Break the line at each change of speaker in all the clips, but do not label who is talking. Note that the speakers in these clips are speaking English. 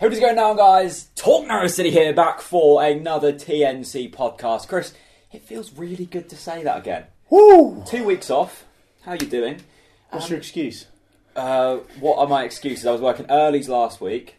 Hope it's going down, guys. Talk Narrow City here, back for another TNC podcast. Chris, it feels really good to say that again.
Woo!
Two weeks off. How you doing?
What's your excuse?
Uh, what are my excuses? I was working earlys last week,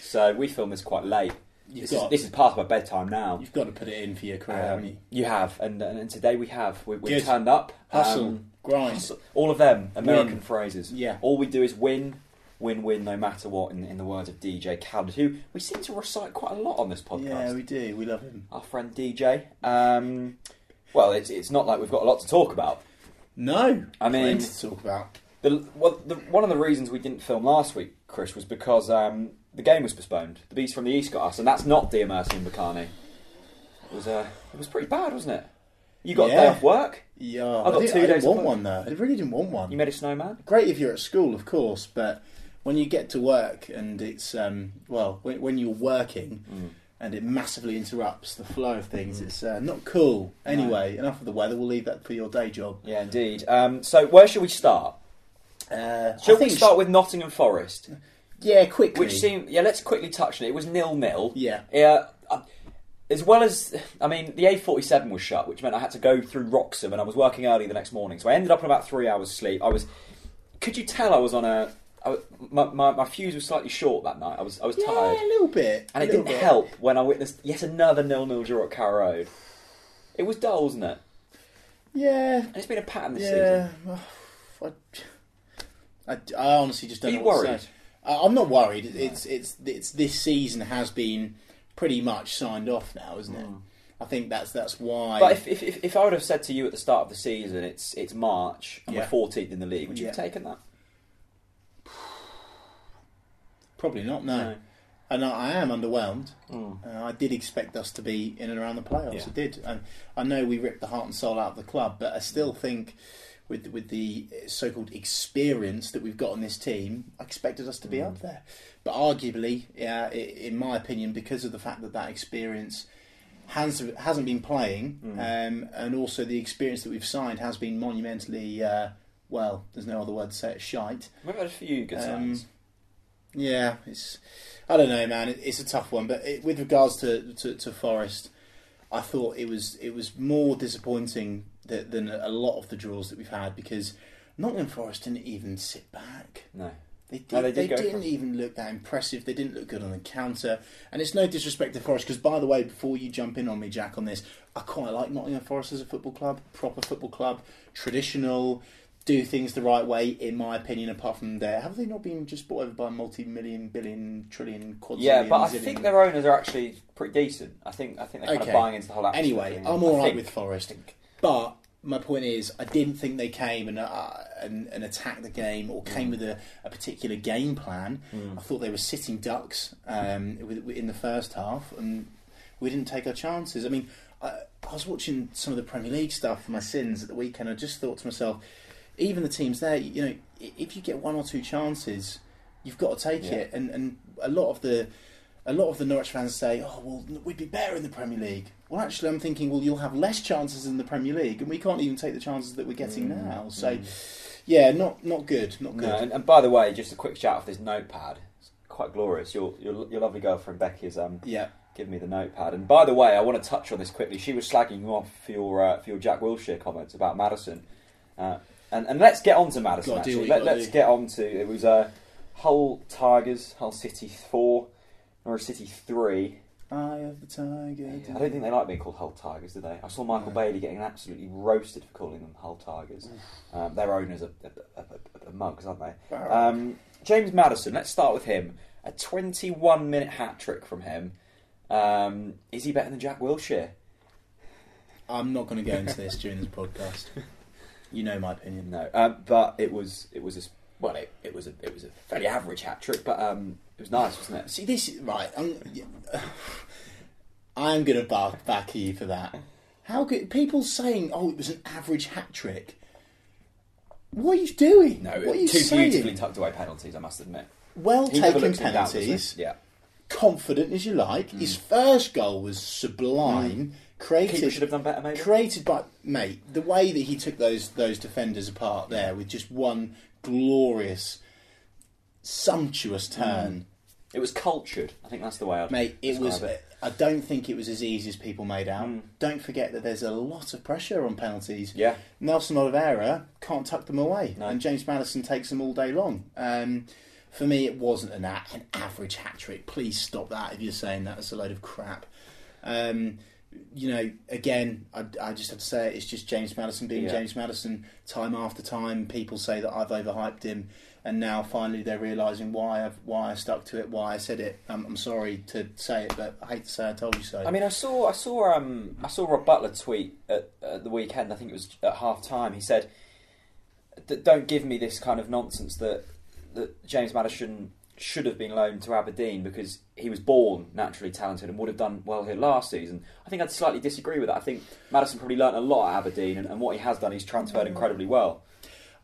so we film this quite late. This is,
got-
this is past my bedtime now.
You've got to put it in for your career, haven't you?
Um, you have, and, and, and today we have. We, we
Good.
turned up.
Hustle,
Um,
grind.
hustle. all of them American
Win.
phrases.
Yeah.
All we do is win, win, win, no matter what. In, in the words of DJ Khaled, who we seem to recite quite a lot on this podcast.
Yeah, we do. We love him.
Our friend DJ. Um, well, it's it's not like we've got a lot to talk about.
No,
I mean-
Plenty to talk about.
The, well, the, one of the reasons we didn't film last week, Chris, was because um, the game was postponed. The Beast from the East got us, and that's not Dear Mercy and Bacani. It was uh, it was pretty bad, wasn't it? You got a day
Yeah.
off work.
Yeah,
I've got
didn't-
two
I
days
didn't want
off.
one though. I really didn't want one.
You made a snowman.
Great if you're at school, of course, but when you get to work and it's um, well, when, when you're working and it massively interrupts the flow of things, it's uh, not cool. Anyway, enough of the weather. We'll leave that for your day job.
Yeah, indeed. Um, so where should we start?
Uh,
Shall
I
we
think-
start with Nottingham Forest,
Yeah, quickly.
which seemed yeah. Let's quickly touch on it. It was nil nil.
Yeah.
Yeah. uh, As well as, I mean, the A47 was shut, which meant I had to go through Wroxham, and I was working early the next morning, so I ended up on about three hours sleep. I was, could you tell I was on a, I was- my, my, my fuse was slightly short that night. I was I was
yeah,
tired,
a little bit,
and it
a little
didn't
bit.
help when I witnessed yet another nil nil draw at Carrow Road. It was dull, wasn't it?
Yeah,
And it's been a pattern this
Yeah,
season.
I, I, I honestly just
Are
don't
you
know what
worried?
to say. I, I'm not worried. It's, it's it's this season has been pretty much signed off now, isn't it? I think that's that's why.
Hmm. But if, if, if, if I would have said to you at the start of the season, it's it's March and
Yeah.
we're 14th in the league, would you have
Yeah.
taken that?
probably not. No,
No.
and I, I am underwhelmed. Uh, I did expect us to be in and around the playoffs.
Yeah.
I did, and I know we ripped the heart and soul out of the club, but I still think. With, with the so-called experience that we've got on this team, I expected us to be up there. But arguably, yeah, i in my opinion, because of the fact that that experience has hasn't been playing, um, and also the experience that we've signed has been monumentally uh, well. There's no other word to say it. Shite.
Maybe I had a few good
Um,
signs.
Yeah, it's I don't know, man. It, it's a tough one, but it, with regards to, to to Forest, I thought it was it was more disappointing tha- than a lot of the draws that we've had because Nottingham Forest didn't even sit back.
No.
They, did,
No, they
they,
did go for
didn't
it.
even look that impressive. They didn't look good on the counter, and it's no disrespect to Forest because, by the way, before you jump in on me, Jack, on this, I quite like Nottingham Forest as a football club, proper football club, traditional, do things the right way, in my opinion. Apart from there, have they not been just bought over by multi-million, billion, trillion, quadrillion?
Yeah, but I
zillion?
think their owners are actually pretty decent. I think I think they're kind
Okay.
of buying into the whole atmosphere.
Anyway,
thing.
I'm
I
all right
think.
with Forest, but my point is, I didn't think they came and uh, and, and attacked the game or came with a, a particular game plan. I thought they were sitting ducks um, with- in the first half, and we didn't take our chances. I mean, I, I was watching some of the Premier League stuff for my sins at the weekend. I just thought to myself, even the teams there, you know, i- if you get one or two chances, you've got to take
Yeah.
it. And and a lot of the a lot of the Norwich fans say, "Oh, well, we'd be better in the Premier League." Well, actually, I'm thinking, well, you'll have less chances in the Premier League, and we can't even take the chances that we're getting now. So, yeah, not not good, not good.
Mm. No, and, and by the way, just a quick shout off this notepad. It's quite glorious. Your your, your lovely girlfriend Becky's um
Yeah,
giving me the notepad. And by the way, I want to touch on this quickly. She was slagging you off for your uh, for your Jack Wilshere comments about Madison. Uh, and and let's get on to Madison.
Gotta do
actually,
what
Let,
you gotta
let's
do.
get on to it was uh, Hull Tigers, Hull City four, Norwich City three.
Eye of the Tiger.
I don't think they like being called Hull Tigers, do they? I saw Michael Bailey getting absolutely roasted for calling them Hull Tigers. Um, their owners are, are, are, are mugs, aren't they?
Wow.
Um, James Madison, let's start with him. A 21 minute hat trick from him. Um, is he better than Jack Wilshere?
I'm not going to go into this during this podcast. You know my opinion.
No, um, but it was it was a, s- well it, it was a it was a fairly average hat trick, but um, it was nice, wasn't it?
See, this is right. I'm, I'm going to bark back at you for that. How good people saying, "Oh, it was an average hat trick." What are you doing?
No,
what are you
two
saying?
beautifully tucked away penalties, I must admit.
Well
He never
taken
looks in doubt, does he?
penalties,
Yeah,
confident as you like. His first goal was sublime. Created,
Keeper Mm. should have done better, maybe.
Created by mate, the way that he took those those defenders apart
Mm.
there with just one glorious, sumptuous turn.
It was cultured. I think that's the way I'd
Mate, it
describe
was. I don't think it was as easy as people made out. Don't forget that there's a lot of pressure on penalties.
Hmm. Yeah.
Nelson Oliveira can't tuck them away,
No.
and James Madison takes them all day long. Um, for me, it wasn't an, a- an average hat trick. Please stop that if you're saying that. It's a load of crap. Um, you know, again, I, I just have to say it, it's just James Madison being
Yeah.
James Madison. Time after time, people say that I've overhyped him, and now finally they're realising why I've why I stuck to it, why I said it. Um, I'm sorry to say it, but I hate to say I told you so.
I mean, I saw, I saw, um, I saw Rob Butler tweet at, at the weekend. I think it was at half time. He said, "D- "Don't give me this kind of nonsense that that James Madison should have been loaned to Aberdeen because he was born naturally talented and would have done well here last season." I think I'd slightly disagree with that. I think Madison probably learnt a lot at Aberdeen, and, and what he has done, he's
Mm.
transferred incredibly well.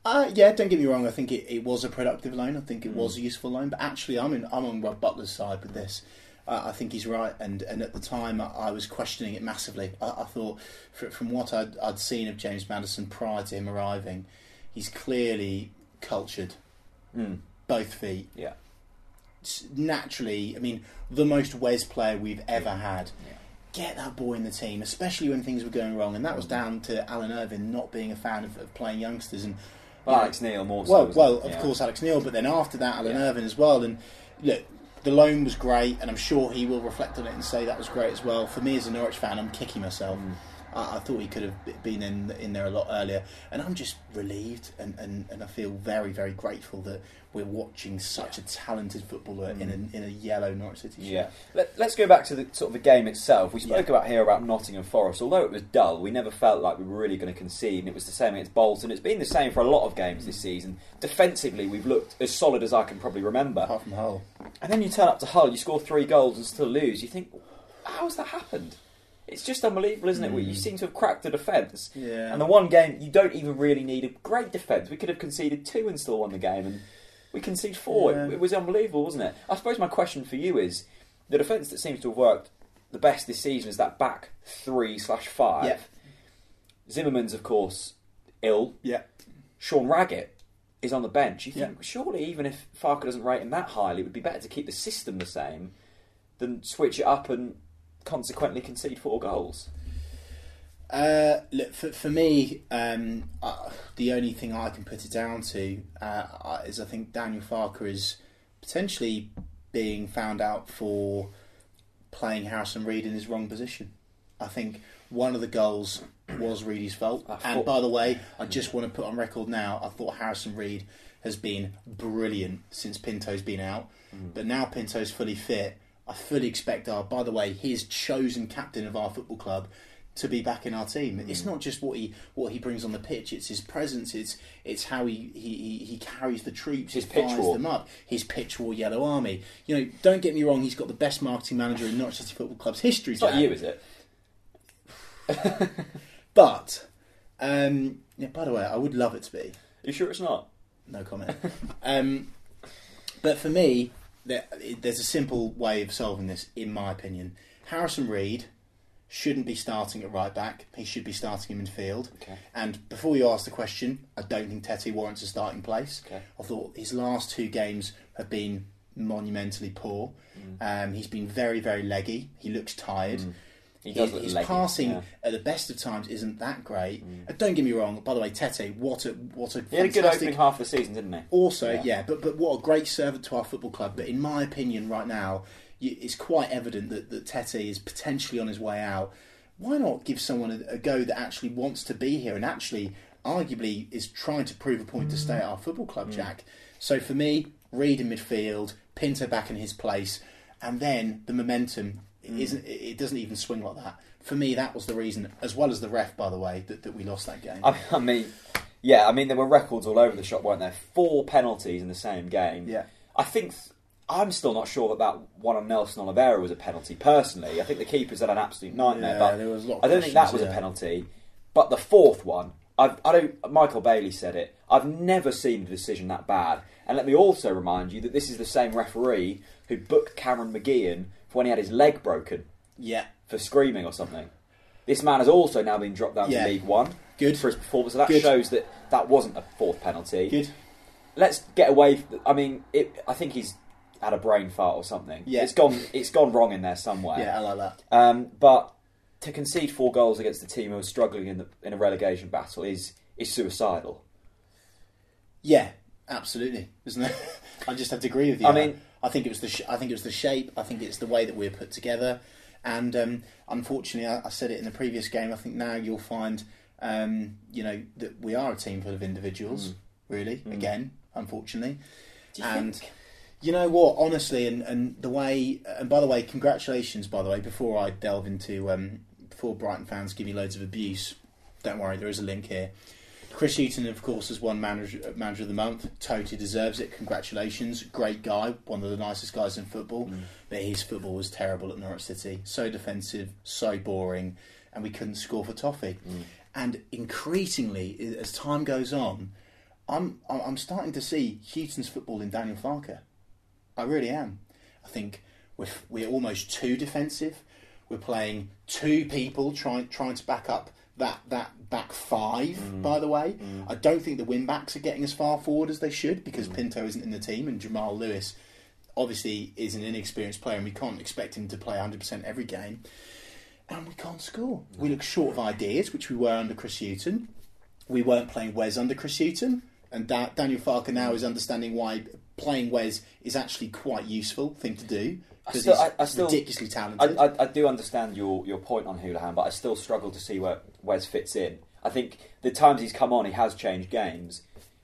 Uh, yeah, don't get me wrong. I think it, it was a productive loan. I think it
Hmm.
was a useful loan. But actually, I'm in, I'm on Rob Butler's side with this. Uh, I think he's right. And, and at the time, I, I was questioning it massively. I, I thought, fr from what I'd, I'd seen of James Madison prior to him arriving, he's clearly cultured,
Mm.
both feet.
Yeah,
S- Naturally, I mean, the most Wes player we've ever had.
Yeah.
Get that boy in the team, especially when things were going wrong. And that was
Hmm.
down to Alan Irvin not being a fan of, of playing youngsters and
well,
you know,
Alex Neil more. So,
well,
wasn't
well,
it?
of
Yeah.
course, Alex Neil, but then after that, Alan
Yeah.
Irvin as well. And look, the loan was great, and I'm sure he will reflect on it and say that was great as well. For me as a Norwich fan, I'm kicking myself.
Mm.
I, I thought he could have b- been in in there a lot earlier, and I'm just relieved, and, and, and I feel very very grateful that we're watching such a talented footballer in a, in a yellow Norwich City. shirt.
Mm. Yeah. Let, let's go back to the sort of the game itself. We spoke
Yeah.
about here about Nottingham Forest. Although it was dull, we never felt like we were really going to concede. And it was the same against Bolton. It's been the same for a lot of games this season. Defensively, we've looked as solid as I can probably remember.
apart from Hull.
And then you turn up to Hull, you score three goals and still lose. You think, how has that happened? It's just unbelievable, isn't it? You seem to have cracked the defence.
Yeah.
And the one game you don't even really need a great defence. We could have conceded two and still won the game, and we conceded four.
Yeah.
It, it was unbelievable, wasn't it? I suppose my question for you is the defence that seems to have worked the best this season is that back three slash five.
Yeah.
Zimmerman's, of course, ill.
Yeah,
Sean Raggett is on the bench, you think
Yeah.
surely even if Farker doesn't rate him that highly, it would be better to keep the system the same than switch it up and consequently concede four goals.
Uh, look, for, for me, um, uh, the only thing I can put it down to uh, I- is I think Daniel Farker is potentially being found out for playing Harrison Reed in his wrong position. I think one of the goals was Reedy's fault.
I
and
thought-
by the way, I just want to put on record now, I thought Harrison Reed has been brilliant since Pinto's been out.
Mm.
But now Pinto's fully fit, I fully expect our, by the way, his chosen captain of our football club to be back in our team.
Mm.
It's not just what he what he brings on the pitch, it's his presence, it's it's how he, he, he- he carries the troops,
His
he
pitch
fires
walk.
them up, his pitch war yellow army. You know, don't get me wrong, he's got the best marketing manager in Norwich City Football Club's history.
It's not
Jack.
you, is it?
But um, yeah, by the way, I would love it to be.
you sure it's not?
No comment. um, but for me, there, there's a simple way of solving this, in my opinion. Harrison Reed shouldn't be starting at right back. He should be starting him in field.
Okay.
And before you ask the question, I don't think Tete warrants a starting place.
Okay.
I thought his last two games have been monumentally poor.
Mm.
Um, he's been very, very leggy. He looks tired.
He does look
his
leggy,
passing
yeah. Mm.
at the best of times isn't that great. And don't get me wrong. By the way, Tete, what a what a
He had a good
fantastic
opening half of the season, didn't he?
also,
Yeah.
yeah. but but what a great servant to our football club. But in my opinion, right now, you, it's quite evident that, that Tete is potentially on his way out. Why not give someone a, a go that actually wants to be here and actually, arguably, is trying to prove a point to stay at our football club,
Mm.
Jack? So for me, Reed in midfield, Pinto back in his place, and then the momentum
Mm.
isn't. It it doesn't even swing like that. For me, that was the reason, as well as the ref, by the way, that, that we lost that game.
I, I mean, yeah, I mean, there were records all over the shop, weren't there? Four penalties in the same game.
Yeah.
I think. I'm still not sure that that one on Nelson Oliveira was a penalty. Personally, I think the keepers had an absolute nightmare.
Yeah,
but
there was a lot of
I don't think that was
questions,
a
yeah.
penalty. But the fourth one, I've, I don't. Michael Bailey said it. I've never seen a decision that bad. And let me also remind you that this is the same referee who booked Cameron McGeehan for when he had his leg broken
yeah,
for screaming or something. This man has also now been dropped down
Yeah.
to League One.
Good.
for his performance. So that
Good.
shows that that wasn't a fourth penalty.
good.
Let's get away. f- I mean, it, I think he's had a brain fart or something.
Yeah.
It's gone it's gone wrong in there somewhere.
Yeah, I like that.
Um, but to concede four goals against a team who are struggling in the in a relegation battle is is suicidal.
Yeah, absolutely. Isn't it? I just have to agree with you.
I mean-
I think it was the sh- I think it was the shape. I think it's the way that we're put together. And um, unfortunately, I, I said it in the previous game. I think now you'll find, um, you know, that we are a team full of
Mm.
individuals. Really, again, unfortunately.
Do you
and
think?
you know what? Honestly, and, and the way and by the way, congratulations. By the way, before I delve into um, before Brighton fans give me loads of abuse, don't worry, there is a link here. Chris Hutton, of course, has won manager, manager of the month. Totally deserves it. Congratulations, great guy, one of the nicest guys in football. But his football was terrible at Norwich City. So defensive, so boring, and we couldn't score for toffee. And increasingly, i- as time goes on, I'm I'm I'm starting to see Hutton's football in Daniel Farker. I really am. I think we're we're almost too defensive. We're playing two people trying trying to back up that that back five. By the way, I don't think the win backs are getting as far forward as they should because Pinto isn't in the team and Jamal Lewis obviously is an inexperienced player and we can't expect him to play 100% every game. And we can't score. We look short of ideas, which we were under Chris Hutton we weren't playing Wes under Chris Hutton, and da- Daniel Farker now is understanding why playing Wes is actually quite useful thing to do because
still-
he's
I- I still-
ridiculously
I,
talented.
I, I do understand your, your point on Houlihan, but I still struggle to see where Wes fits in. I think the times he's come on, he has changed games.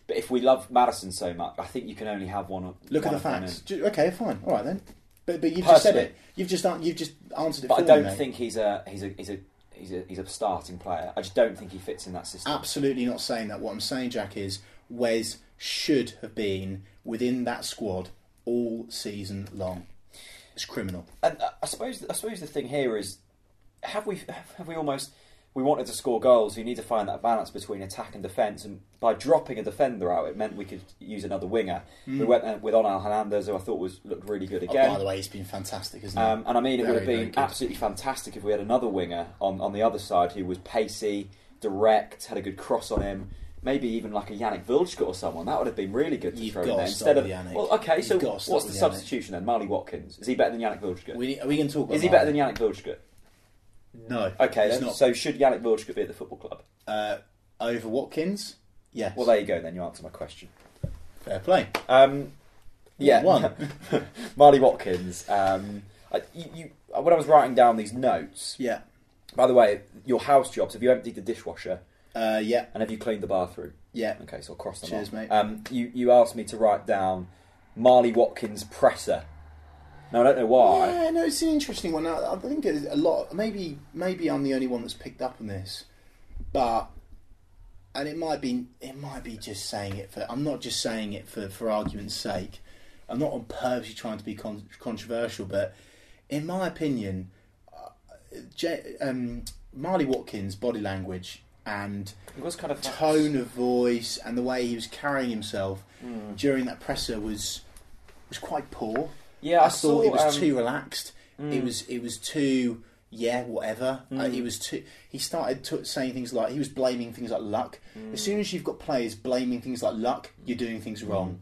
But if we love Madison so much, I think you can only have one. of-
Look at
one
the
of them
facts.
in.
Ju- Okay, fine, all right then. But, but you've just said
Personally.
it. You've just an- you've just answered it.
But I
for me,
don't
mate.
think he's a he's a he's a he's a he's a starting player. I just don't think he fits in that system.
absolutely not saying that. What I'm saying, Jack, is Wes should have been within that squad all season long. It's criminal.
and I- I suppose I suppose the thing here is have we have we almost we wanted to score goals. We need to find that balance between attack and defence, and by dropping a defender out, it meant we could use another winger. We went there with Onal Hernandez, who I thought was looked really good
Mm. Oh, by
again.
the way, he's been fantastic, isn't he?
um, and I mean, it
Very,
would have
very
been
good.
absolutely fantastic if we had another winger on, on the other side who was pacey, direct, had a good cross on him. Maybe even like a Yannick Vilchka or someone. That would have been really good to
You've
throw in
gotta
there. Instead
start
of
with Yannick.
well, okay,
You've
so
gotta
what's
start
the
with Yannick.
substitution then? Marley Watkins is he better than Yannick Vilchka?
we, are we going to talk about
Is he
that?
better than Yannick Vilchka?
No.
Okay,
he's
then,
not.
so should Yannick Vilchka be at the football club?
uh, over Watkins. Yes.
Well, there you go. Then you answer my question.
fair play.
Um, yeah,
One.
Marley Watkins. Um, I, you, you, uh, when I was writing down these notes,
Yeah.
by the way, your house jobs. Have you emptied the dishwasher
Uh, yeah.
and have you cleaned the bathroom?
Yeah.
Okay, so I'll cross them
Cheers,
off.
mate.
Um, you you asked me to write down Marley Watkins presser. Now I don't know why.
Yeah, no, it's an interesting one. I, I think it's a lot. Maybe, maybe I'm the only one that's picked up on this, but and it might be, it might be just saying it for. I'm not just saying it for for argument's sake. I'm not on purposely trying to be con- controversial, but in my opinion, uh, J, um, Marley Watkins' body language and
It was kind of
tone of voice and the way he was carrying himself during that presser was was quite poor.
Yeah, I,
I,
saw
thought it was
um, mm.
too relaxed. It was it was too yeah whatever. Uh, it was too. He started to, saying things like he was blaming things like luck. As
Mm.
soon as you've got players blaming things like luck, you're doing things wrong.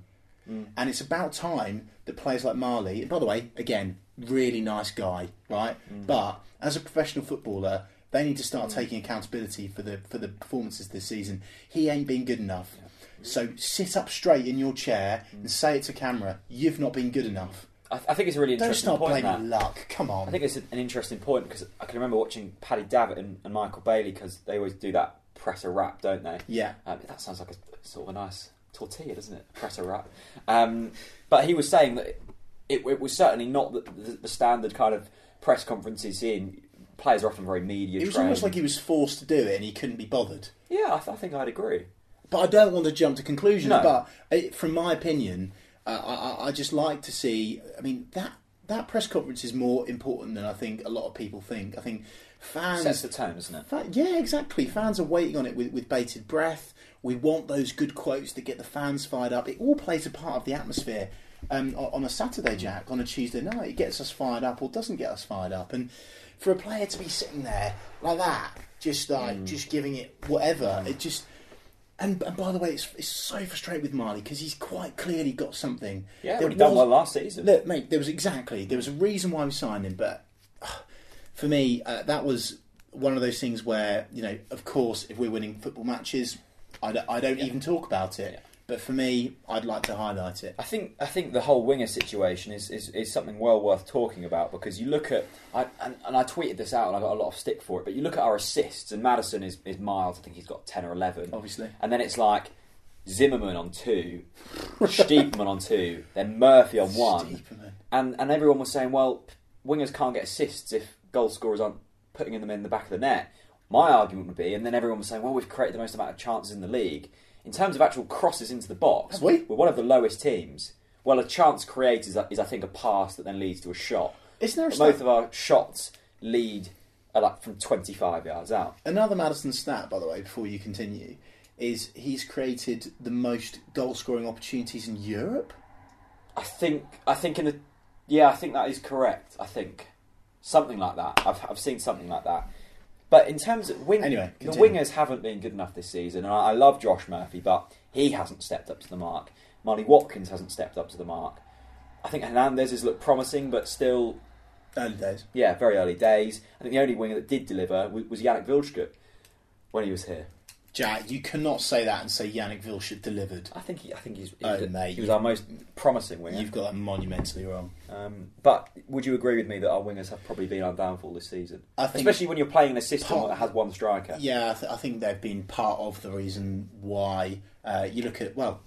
Mm.
And it's about time that players like Marley. And by the way, again, really nice guy, right?
Mm.
But as a professional footballer. They need to start taking accountability for the for the performances this season. He ain't been good enough. So sit up straight in your chair
Mm.
and say it to camera. You've not been good enough.
I, I think it's a really
Don't
interesting
start
point.
blaming
that.
luck. Come on.
I think it's an interesting point because I can remember watching Paddy Davitt and, and Michael Bailey because they always do that presser wrap, don't they?
yeah.
Um, that sounds like a sort of a nice tortilla, doesn't it? Presser wrap. Um, but he was saying that it, it was certainly not the, the, the standard kind of press conferences in. Players are often very media
It was
trained.
almost like he was forced to do it and he couldn't be bothered.
yeah, I, th- I think I'd agree.
But I don't want to jump to conclusions.
No.
But uh, from my opinion, uh, I, I- I just like to see. I mean, that that press conference is more important than I think a lot of people think. I think fans
Sets the tone, doesn't it?
Fa- yeah, exactly. Fans are waiting on it with, with bated breath. We want those good quotes that get the fans fired up. It all plays a part of the atmosphere. Um, o- on a Saturday, Jack, on a Tuesday night, it gets us fired up or doesn't get us fired up. And for a
Mm.
player to be sitting there like that, just like just giving it whatever, it just And, and by the way, it's, it's so frustrating with Marley because he's quite clearly got something.
Yeah, well,
There
he done
was-
well last season.
Look, mate, there was exactly there was a reason why we signed him, but ah, for me, uh, that was one of those things where you know, of course, if we're winning football matches, I don't, I don't even talk about it.
Yeah.
But for me, I'd like to highlight it.
I think I think the whole winger situation is, is, is something well worth talking about because you look at I and, and I tweeted this out and I got a lot of stick for it, but you look at our assists and Madison is, is mild. I think he's got ten or eleven,
Obviously.
and then it's like Zimmerman on two, Steepman on two, then Murphy on one,
Steeperman.
and and everyone was saying, well, p- wingers can't get assists if goal scorers aren't putting them in the back of the net. My argument would be, and then everyone was saying, well, we've created the most amount of chances in the league in terms of actual crosses into the box.
Have we?
We're one of the lowest teams. Well, a chance created is, is I think, a pass that then leads to a shot.
Isn't there a
But Both
stat-
of our shots lead are like from 25 yards out.
Another Madison stat, by the way, before you continue, is he's created the most goal-scoring opportunities in Europe.
I think, I think in the, yeah, I think that is correct. I think something like that. I've, I've seen something like that. But in terms of wing,
Anyway,
the
continue.
wingers haven't been good enough this season, and I, I love Josh Murphy, but he hasn't stepped up to the mark. Marley Watkins hasn't stepped up to the mark. I think Hernandez has looked promising, but still
Early days.
Yeah, very early days. I think the only winger that did deliver was, was Yannick Vilschkut when he was here.
Jack, you cannot say that and say Yannick Vilshit delivered.
I think he, I think he's he,
Oh,
was-
mate.
he was our most promising winger.
You've got that monumentally wrong.
Um, but would you agree with me that our wingers have probably been our downfall this season,
I think-
especially when you're playing in a system
Part-
that has one striker?
Yeah, I, th- I think they've been part of the reason why uh, you look at well,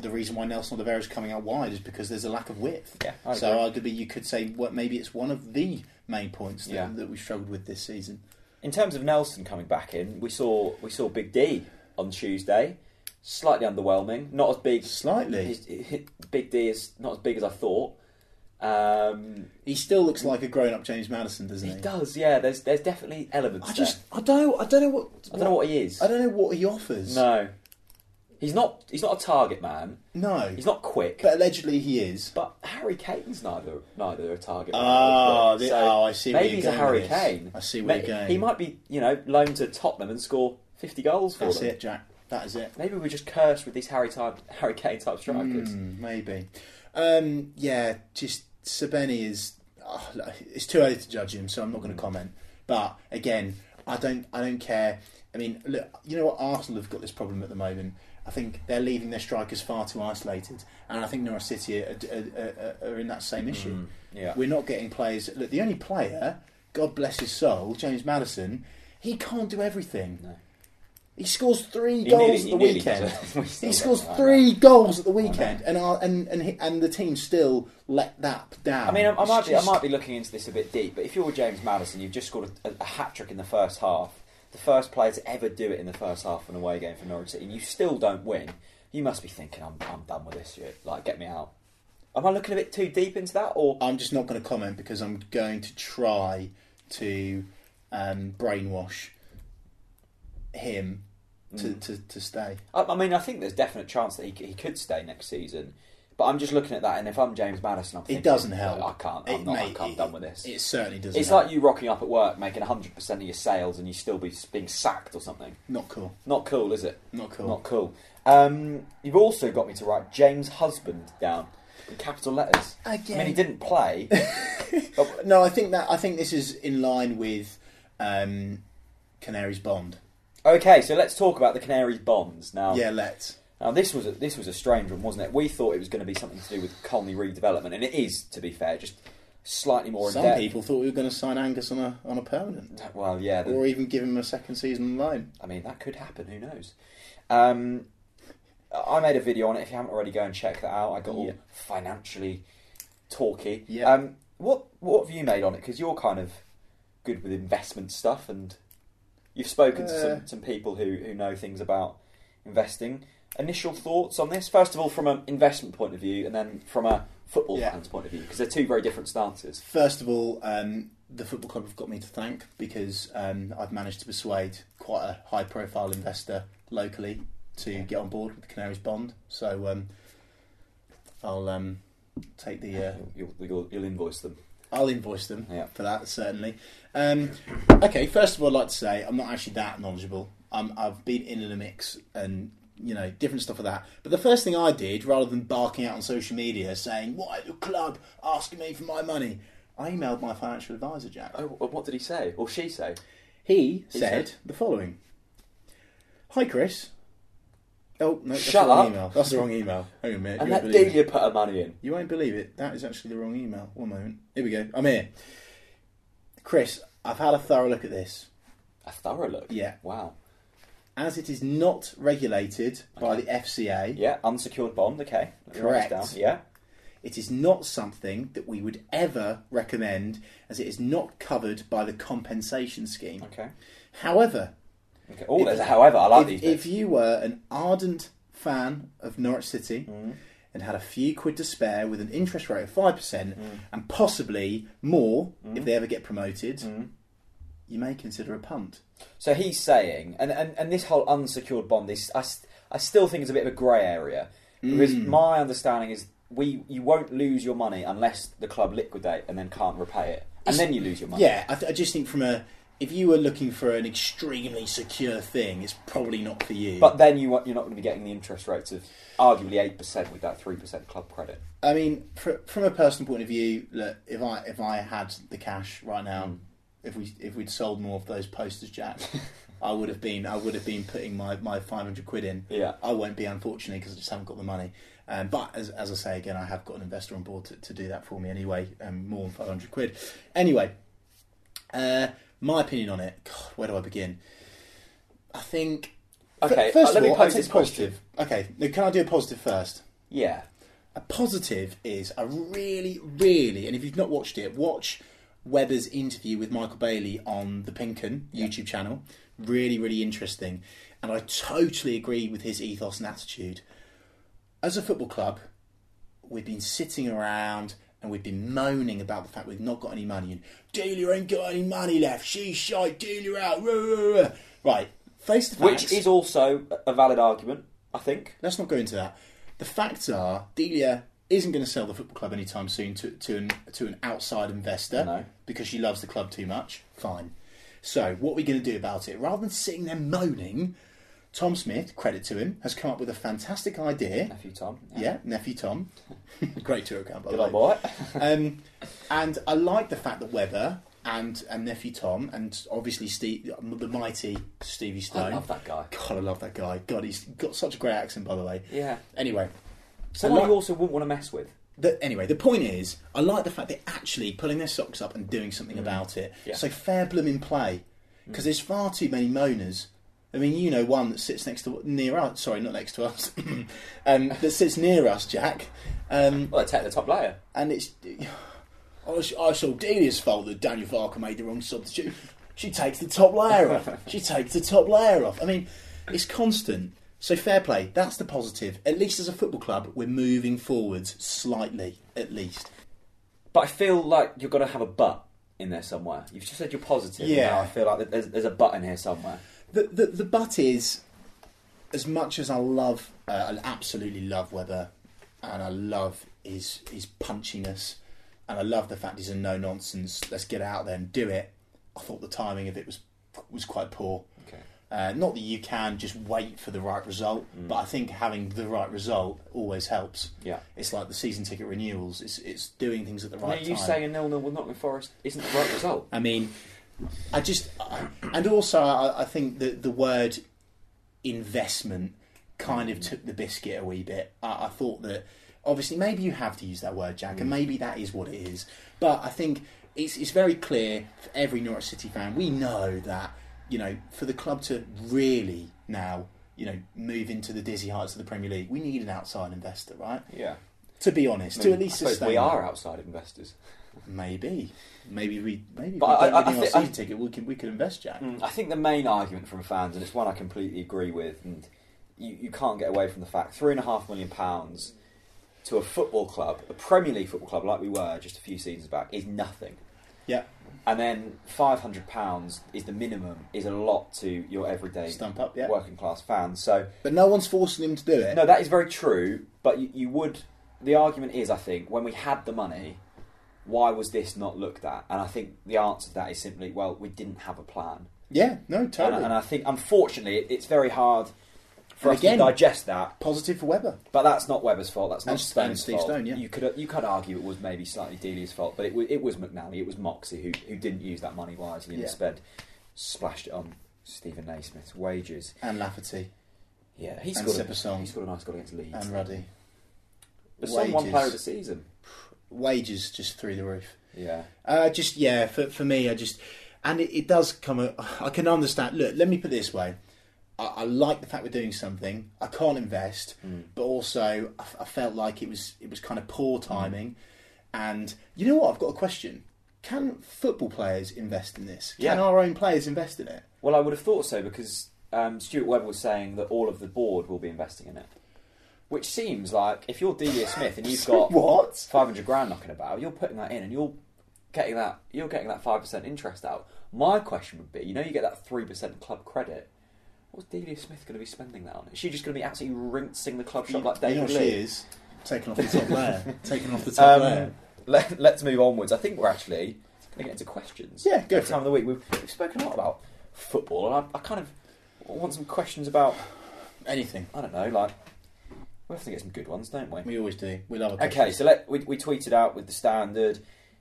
the reason why Nelson Oliveira is coming out wide is because there's a lack of width.
Yeah, I
so arguably you could say what maybe it's one of the main points that,
Yeah.
that we struggled with this season.
In terms of Nelson coming back in, we saw we saw Big D on Tuesday. Slightly underwhelming, not as big.
Slightly.
his- his- Big D is not as big as I thought. Um,
He still looks like a grown-up James Madison, doesn't
he
he?
does, yeah. There's there's definitely elements.
I just
there.
I don't I don't know what
I don't know what he is.
I don't know what he offers.
No, he's not. He's not a target man.
no.
He's not quick. But,
But allegedly he is.
Harry Kane's neither neither a target. man
Ah,
or quick.
the- oh, I see where
Maybe
you're
he's a
going
Harry
with this.
Kane.
I see where
May-
you're going.
He might be, you know, loaned to Tottenham and score fifty goals for
That's
them.
it, Jack. That is it.
Maybe we're just cursed with these Harry type Harry Kane type strikers.
Mm, maybe. Um, yeah, just Sabeni is. oh, look, it's too early to judge him, so I'm not
Mm.
going to comment. But again, I don't. I don't care. I mean, look. You know what? Arsenal have got this problem at the moment. I think they're leaving their strikers far too isolated, and I think Norwich City are, are, are, are in that same issue.
Mm, yeah.
We're not getting players. Look, the only player, God bless his soul, James Madison, he can't do everything.
No.
He scores three
He
goals
nearly-
at the
he nearly
weekend.
does it. We still
he
don't
scores
like that.
three goals at the weekend, and our, and and he, and the team still let that down.
I mean, I, I
It's
might be I
just-
might be looking into this a bit deep, but if you're James Madison, you've just scored a, a hat trick in the first half, the first player to ever do it in the first half of an away game for Norwich City, and you still don't win. You must be thinking, I'm I'm done with this shit. Like, get me out. Am I looking a bit too deep into that, or
I'm just not going to comment because I'm going to try to um, brainwash him to,
Mm.
to, to stay.
I, I mean, I think there's definite chance that he, c- he could stay next season. But I'm just looking at that, and if I'm James Madison, I'm thinking,
It doesn't help.
I can't. I'm
It-
not. I
mate,
can't.
it-
done with this.
It certainly doesn't.
It's
help.
like you rocking up at work, making 100 percent of your sales, and you still be s- being sacked or something.
not cool.
Not cool, is it?
Not cool.
Not cool. Um, you've also got me to write James Husband down in capital letters. I
Again.
mean, he didn't play. but,
No, I think that I think this is in line with um, Canary's Bond.
Oh, okay, so let's talk about the Canaries bonds now.
Yeah, let's.
Now this was a, this was a strange one, wasn't it? We thought it was going to be something to do with colony redevelopment, and it is, to be fair, just slightly more
Some
in depth.
people thought we were going to sign Angus on a on a permanent,
Well, yeah. the-
or even give him a second season loan.
I mean, that could happen. Who knows? Um, I made a video on it. If you haven't already, go and check that out. I got
Yeah.
all financially talky.
Yeah.
Um, what What have you made on it? Because you're kind of good with investment stuff, and you've spoken to
Uh.
some, some people who who know things about investing. Initial thoughts on this? First of all, from an investment point of view, and then from a football
Yeah.
fan's point of view, because they're two very different stances.
First of all, um, the football club have got me to thank because um, I've managed to persuade quite a high profile investor locally to
Yeah.
get on board with the Canary's Bond. So um, I'll um, take the uh,
You'll, you'll, you'll invoice them.
I'll invoice them
Yeah.
for that certainly. Um, okay, first of all, I'd like to say I'm not actually that knowledgeable. Um, I've been in the mix and you know, different stuff like that. But the first thing I did, rather than barking out on social media saying, "Why the club asking me for my money?" I emailed my financial advisor, Jack.
Oh, wh- what did he say? Or she say?
He,
said-
said the following: "Hi, Chris." Oh no, that's
Shut
the wrong
up.
email. That's the wrong email. Hang on a minute.
And
you won't
let
believe it.
Delia put her money in.
You won't believe it. That is actually the wrong email. One moment. Here we go. I'm here. Chris, I've had a thorough look at this.
A thorough look.
Yeah.
Wow.
As it is not regulated by
Okay.
the FCA,
Yeah, unsecured bond, okay. Let me write this
Correct.
down. Yeah.
it is not something that we would ever recommend as it is not covered by the compensation scheme.
Okay.
However,
okay. Oh,
If-
there's a however. I like
if,
these
if
bits.
you were an ardent fan of Norwich City
Mm.
and had a few quid to spare with an interest rate of 5%
Mm.
and possibly more if they ever get promoted,
Mm.
you may consider a punt.
So he's saying, and, and, and this whole unsecured bond, is, I, st- I still think it's a bit of a grey area. Because
Mm.
my understanding is we you won't lose your money unless the club liquidate and then can't repay it. And then you lose your money.
Yeah, I, th- I just think from a if you were looking for an extremely secure thing, it's probably not for you.
But then you, won't- you're not going to be getting the interest rates of arguably 8% with that 3% club credit.
I mean, fr from a personal point of view, look, if I if I had the cash right now,
Hmm.
if we if we'd sold more of those posters, Jack, I would have been I would have been putting my, my five hundred quid in.
Yeah.
I won't be unfortunately because I just haven't got the money. Um, but as, as I say again, I have got an investor on board to, to do that for me anyway, um, more than five hundred quid. Anyway, uh, my opinion on it. God, where do I begin? I think.
Okay,
F- first
uh, let
of
me
all,
pose
I'd say
this question.
positive. Okay, now, can I do a positive first?
Yeah.
A positive is I really, really, and if you've not watched it, watch Weber's interview with Michael Bailey on the Pinken YouTube channel. Really, really interesting. And I totally agree with his ethos and attitude. As a football club, we've been sitting around and we've been moaning about the fact we've not got any money and Delia ain't got any money left. She's shy, Delia out. Ruh, ruh, ruh. Right, face the facts.
Which is also a valid argument, I think.
Let's not go into that. The facts are Delia isn't going to sell the football club anytime soon to, to an to an outside investor
No.
because she loves the club too much. Fine. So what are we going to do about it? Rather than sitting there moaning, Tom Smith, credit to him, has come up with a fantastic idea.
Nephew Tom.
Yeah, nephew Tom, great tour account by the
Good old
way.
boy.
Um, and I like the fact that Weber and and nephew Tom and obviously Steve, the mighty Stevie Stone.
I love that guy.
God, I love that guy. God, he's got such a great accent, by the way.
Yeah.
Anyway,
Someone
I like-
you also wouldn't want to mess with.
the, anyway, the point is, I like the fact they're actually pulling their socks up and doing something about it.
Yeah.
So fair blooming play, because there's far too many moaners. I mean, you know, one that sits next to near us. Sorry, not next to us. um, that sits near us, Jack. Um,
Well, they take the top layer.
and it's I sh- I saw Delia's fault that Daniel Farker made the wrong substitute. She takes the top layer off. She takes the top layer off. I mean, it's constant. So fair play. That's the positive. At least as a football club, we're moving forwards slightly, at least.
But I feel like you're going to have a but in there somewhere. You've just said you're positive. and
Yeah.
now I feel like there's, there's a but in here somewhere.
The the, the but is, as much as I love, uh, I absolutely love Weber, and I love his his punchiness, and I love the fact he's a no nonsense. Let's get out there and do it. I thought the timing of it was was quite poor.
Okay.
Uh, not that you can just wait for the right result, but I think having the right result always helps.
Mm. Yeah.
It's like the season ticket renewals. It's it's doing things at the
Now,
right
you
time.
saying a nil-nil with Nottingham Forest isn't the right result.
I mean, I just, I, and also I, I think that the word investment kind of took the biscuit a wee bit. I, I thought that obviously maybe you have to use that word, Jack,
Mm.
and maybe that is what it is. But I think it's it's very clear for every Norwich City fan. We know that you know for the club to really now. You know, move into the dizzy heights of the Premier League. We need an outside investor, right?
Yeah.
To be honest, to at least
I suppose
sustain
we
that.
are outside investors.
Maybe, maybe we maybe
But I-
if we
I-
don't renew
I thi-
our
I-
season ticket. We can we can invest, Jack.
I think the main argument from fans, and it's one I completely agree with, and you, you can't get away from the fact, three and a half million pounds to a football club, a Premier League football club like we were just a few seasons back, is nothing.
Yeah,
And then five hundred pounds is the minimum, is a lot to your everyday
stump up. Yeah,
working class fans. So
but no one's forcing him to do it.
no, that is very true. But you, you would. The argument is, I think, when we had the money, why was this not looked at? And I think the answer to that is simply, well, we didn't have a plan.
Yeah, no,
And,
totally.
and I think, unfortunately, it, it's very hard for
And
us
again-
to digest that.
Positive for Weber.
But that's not Webber's fault. That's not
And-
Stone's
and Steve
fault.
Stone, yeah.
You could you could argue it was maybe slightly Dealey's fault, but it was it was McNally. It was Moxie who who didn't use that money wisely and
Yeah.
instead splashed it on Stephen Naismith's wages.
And Lafferty.
Yeah, he's
And
got a,
Sipperson.
he's got a nice goal against Leeds.
And Ruddy.
but some one
Wages.
player of the season.
Wages just through the roof.
Yeah,
Uh, just yeah, for for me, I just and it, it does come. a- I can understand. Look, let me put it this way: I, I like the fact we're doing something. I can't invest,
Mm.
but also I, f- I felt like it was it was kind of poor timing. And you know what? I've got a question: Can football players invest in this? Can
Yeah.
our own players invest in it?
well, I would have thought so because um, Stuart Webber was saying that all of the board will be investing in it, which seems like if you're Delia Smith and you've got
what?
five hundred grand knocking about, you're putting that in and you're getting that you're getting that five percent interest out. My question would be, you know, you get that three percent club credit. What's Delia Smith going to be spending that on? Is she just going to be absolutely rinsing the club shop like
you know
David
what she
Lee?
is taking off the top layer, taking off the top layer.
Um, let, let's move onwards. I think we're actually going to get into questions.
Yeah, go
Good
for
time of the week. We've, we've spoken a lot about football, and I, I kind of want some questions about
Anything.
I don't know, like we have to get some good ones, don't we?
We always do. We love a
Okay, so let we, we tweeted out with the standard.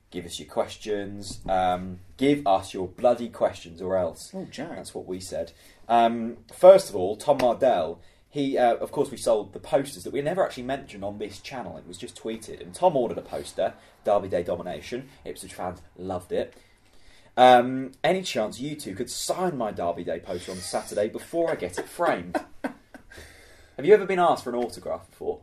Give us your questions. Um, give us your bloody questions, or else.
Oh, Jack.
That's what we said. Um, first of all, Tom Mardell. He, uh, of course, we sold the posters that we never actually mentioned on this channel. It was just tweeted, and Tom ordered a poster, Derby Day Domination. Ipswich fans loved it. Um, any chance you two could sign my Derby Day poster on Saturday before I get it framed? Have you ever been asked for an autograph before?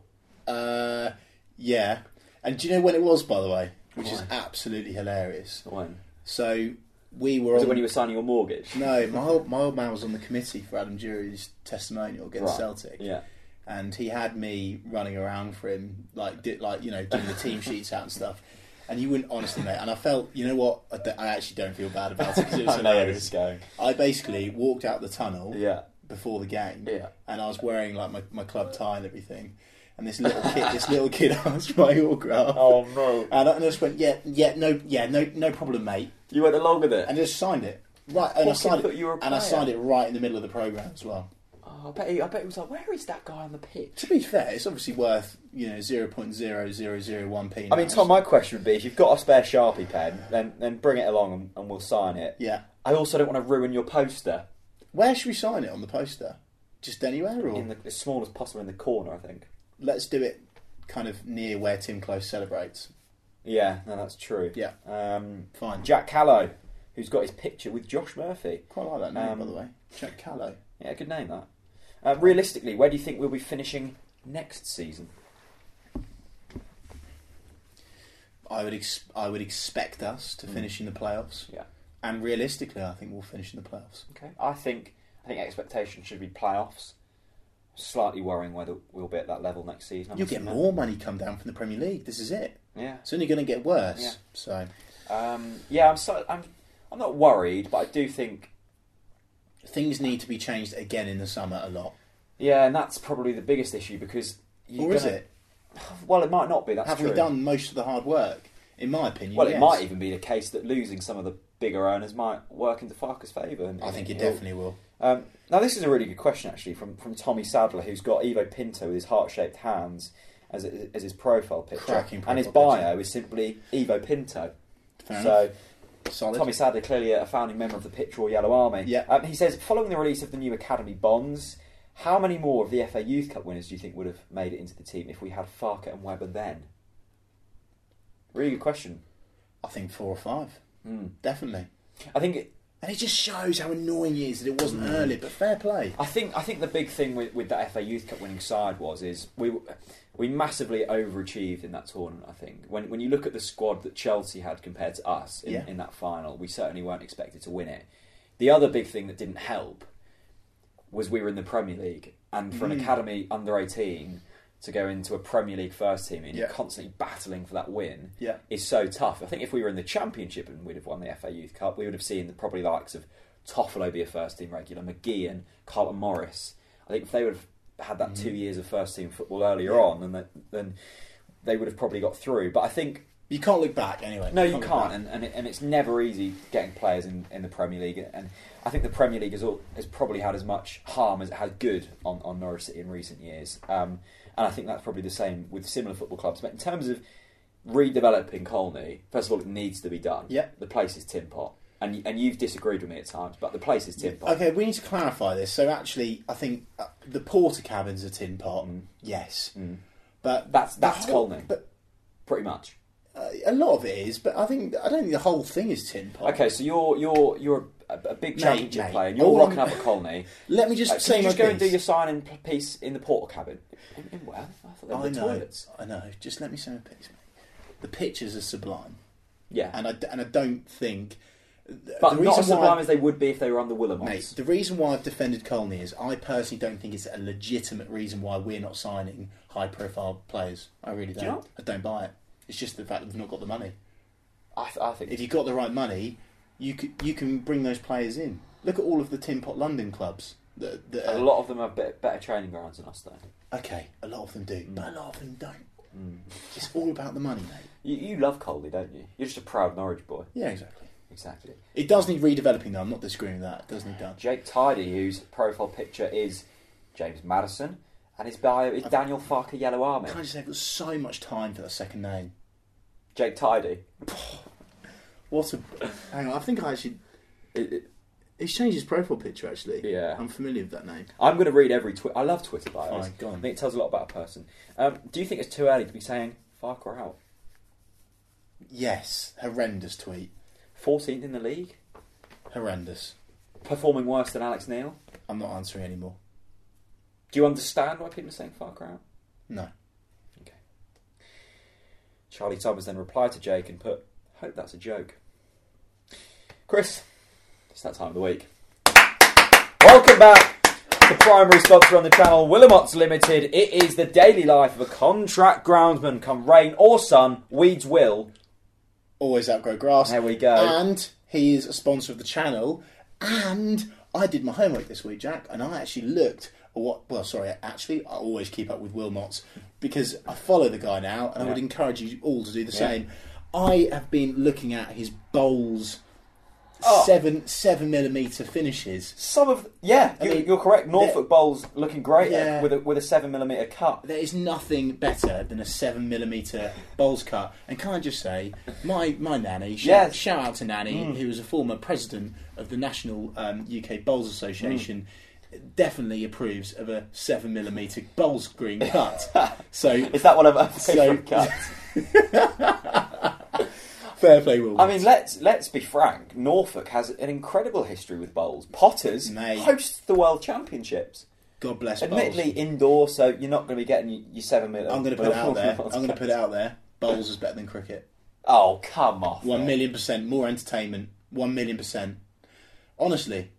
Uh, yeah. And do you know when it was, by the way? Which is
Why?
absolutely hilarious.
When?
So we were
Was
on.
it when you were signing your mortgage?
no, my old, my old man was on the committee for Adam Jury's testimonial against
Right.
Celtic,
Yeah.
and he had me running around for him, like did, like you know doing the team sheets out and stuff. And you wouldn't honestly, mate. And I felt, you know what? I, d- I actually don't feel bad about it 'cause it was
I know where this is
hilarious.
going.
I basically walked out the tunnel
Yeah.
before the game,
Yeah.
and I was wearing like my, my club tie and everything. And this little kid, this little kid asked for my autograph.
Oh. no.
And I, and I just went, yeah, yeah, no, yeah, no, no problem, mate.
You went along with it.
And just signed it. Right, and
Fucking
I signed
thought
it,
you were a
and I
player.
signed it right in the middle of the program as well.
Oh, I bet he, I bet he was like, where is that guy on the pitch?
To be fair, it's obviously worth you know zero point zero zero zero one p.
I mean, Tom, my question would be: if you've got a spare Sharpie pen, then then bring it along and, and we'll sign it.
yeah,
I also don't want to ruin your poster
where should we sign it on the poster? Just anywhere, or
in the, as small as possible in the corner. I think.
let's do it kind of near where Tim Close celebrates.
Yeah, no, that's true.
Yeah.
Um,
Fine,
Jack Callow, who's got his picture with Josh Murphy.
Quite like that name,
Um,
by the way. Jack Callow.
Yeah, good name that. Uh, realistically, where do you think we'll be finishing next season?
I would ex- I would expect us to finish in the playoffs.
Mm. Yeah.
And realistically, I think we'll finish in the playoffs.
Okay. I think I think expectation should be playoffs. Slightly worrying whether we'll be at that level next season. I
You'll
must
get
admit.
more money come down from the Premier League. This is it.
Yeah.
It's only going to get worse.
Yeah.
So
Um, yeah. I'm so, I'm I'm not worried, but I do think
things need to be changed again in the summer a lot.
yeah, and that's probably the biggest issue because you're
or is
gonna-
it?
Well, it might not be. That's
Have we
true.
done most of the hard work? In my opinion,
Well, it
yes.
might even be the case that losing some of the bigger owners might work into Farkas' favour. and-
I think it
he'll-
definitely will.
Um, now, this is a really good question, actually, from, from Tommy Sadler, who's got Evo Pinto with his heart shaped hands as, as his profile picture.
Cracking
and his
profile
bio is simply Evo Pinto.
Fair
so,
Solid.
Tommy Sadler, clearly a founding member of the Picture or Yellow Army.
Yeah.
Um, he says, following the release of the new Academy bonds, how many more of the FA Youth Cup winners do you think would have made it into the team if we had Farker and Webber then? Really good question.
I think four or five,
Hmm.
definitely.
I think it,
And it just shows how annoying it is that it wasn't
Mm.
early. But fair play.
I think I think the big thing with, with that FA Youth Cup winning side was is we we massively overachieved in that tournament. I think when when you look at the squad that Chelsea had compared to us in,
Yeah.
in that final, we certainly weren't expected to win it. The other big thing that didn't help was we were in the Premier League, and for
Mm.
an academy under eighteen to go into a Premier League first team and you're
Yeah.
constantly battling for that win
Yeah.
is so tough. I think if we were in the Championship and we'd have won the FA Youth Cup, we would have seen the probably likes of Toffolo be a first team regular, McGee and Carlton Morris. I think if they would have had that two years of first team football earlier on, then they, then they would have probably got through. But I think
You can't look back anyway.
No, you
look
can't,
back.
and, and, it, and it's never easy getting players in, in the Premier League. And I think the Premier League has, all, has probably had as much harm as it has good on, on Norwich City in recent years. Um, and I think that's probably the same with similar football clubs. But in terms of redeveloping Colney, first of all, it needs to be done.
Yeah.
The place is tin pot. And, y- and you've disagreed with me at times, but the place is tin pot.
Okay, we need to clarify this. So actually, I think uh, the porter cabin's a tin pot. Yes, but
Mm. That's-
the
that's
whole-
Colney.
But
Pretty much.
uh, a lot of it is. But I think I don't think the whole thing is tin pot.
Okay, so you're you're you're a, a big championship
mate,
player, and you're
all
rocking
I'm-
up at Colney.
Let me just
Uh,
say
can you
my
just go and do
piece.
your signing p- piece in the porter cabin? In, in where? I thought they were
I
the
know.
toilets.
I know. Just let me say my piece, mate. The pictures are sublime,
Yeah,
and I d- and I don't think.
but not
reason
as sublime
why-
as they would be if they were on the
Mate,
Willamette.
the reason why I've defended Colney is I personally don't think it's a legitimate reason why we're not signing high profile players. I really
you
don't.
not?
I don't buy it. It's just the fact that we've not got the money.
I, th- I think
If you've got the right money, you can, you can bring those players in. Look at all of the Tin Pot London clubs. That, that
a
are-
lot of them have bit, better training grounds than us, though.
Okay, a lot of them do, but a
Mm.
lot of them don't. It's all about the money, mate.
You, you love Colney, don't you? You're just a proud Norwich boy.
Yeah, exactly.
Exactly.
It does need redeveloping, though. I'm not disagreeing with that. It does need done.
Jake Tidy, whose profile picture is James Madison, and his bio is Daniel Farker Yellow Army.
Can I just say, I've got so much time for that second name.
Jake Tidy.
What a. Hang on, I think I actually.
It- it-
He's changed his profile picture actually.
Yeah.
I'm familiar with that name.
I'm going to read every Twitter. I love Twitter bios.
Fine, go on.
I think it tells a lot about a person. Um, do you think it's too early to be saying Farker out?
Yes, horrendous tweet.
14th in the league,
Horrendous.
performing worse than Alex Neil.
I'm not answering anymore.
Do you understand why people are saying Farker out?
No.
Okay. Charlie Thomas then replied to Jake and put, "Hope that's a joke." Chris, it's that time of the week. Welcome back. The primary sponsor on the channel, Willamots Limited. It is the daily life of a contract groundsman. Come rain or sun, weeds will.
Always outgrow grass.
There we go.
And he is a sponsor of the channel. And I did my homework this week, Jack, and I actually looked at what well, sorry, actually I always keep up with Wilmot's because I follow the guy now and I would encourage you all to do the same. I have been looking at his bowls
Oh.
seven seven millimeter finishes.
Some of yeah, you,
mean,
you're correct. Norfolk Bowl's looking great uh,
Yeah.
with a, with a seven millimeter cut.
There is nothing better than a seven millimeter bowls cut. And can I just say, my my nanny, shout,
Yes.
shout out to nanny, who was a former president of the National um, UK Bowls Association, definitely approves of a seven millimeter bowls green cut. so
Is that one of our
So-
favourite cuts?
fair play, Will.
I mean, let's let's be frank. Norfolk has an incredible history with bowls. Potters
Mate.
host the World Championships.
God bless
Admittedly,
bowls.
indoor, so you're not going to be getting your- your seven millimeter.
I'm going to put it out there. I'm going to put it out there. Bowls is better than cricket.
Oh come off!
One
it.
million percent more entertainment. One million percent. Honestly,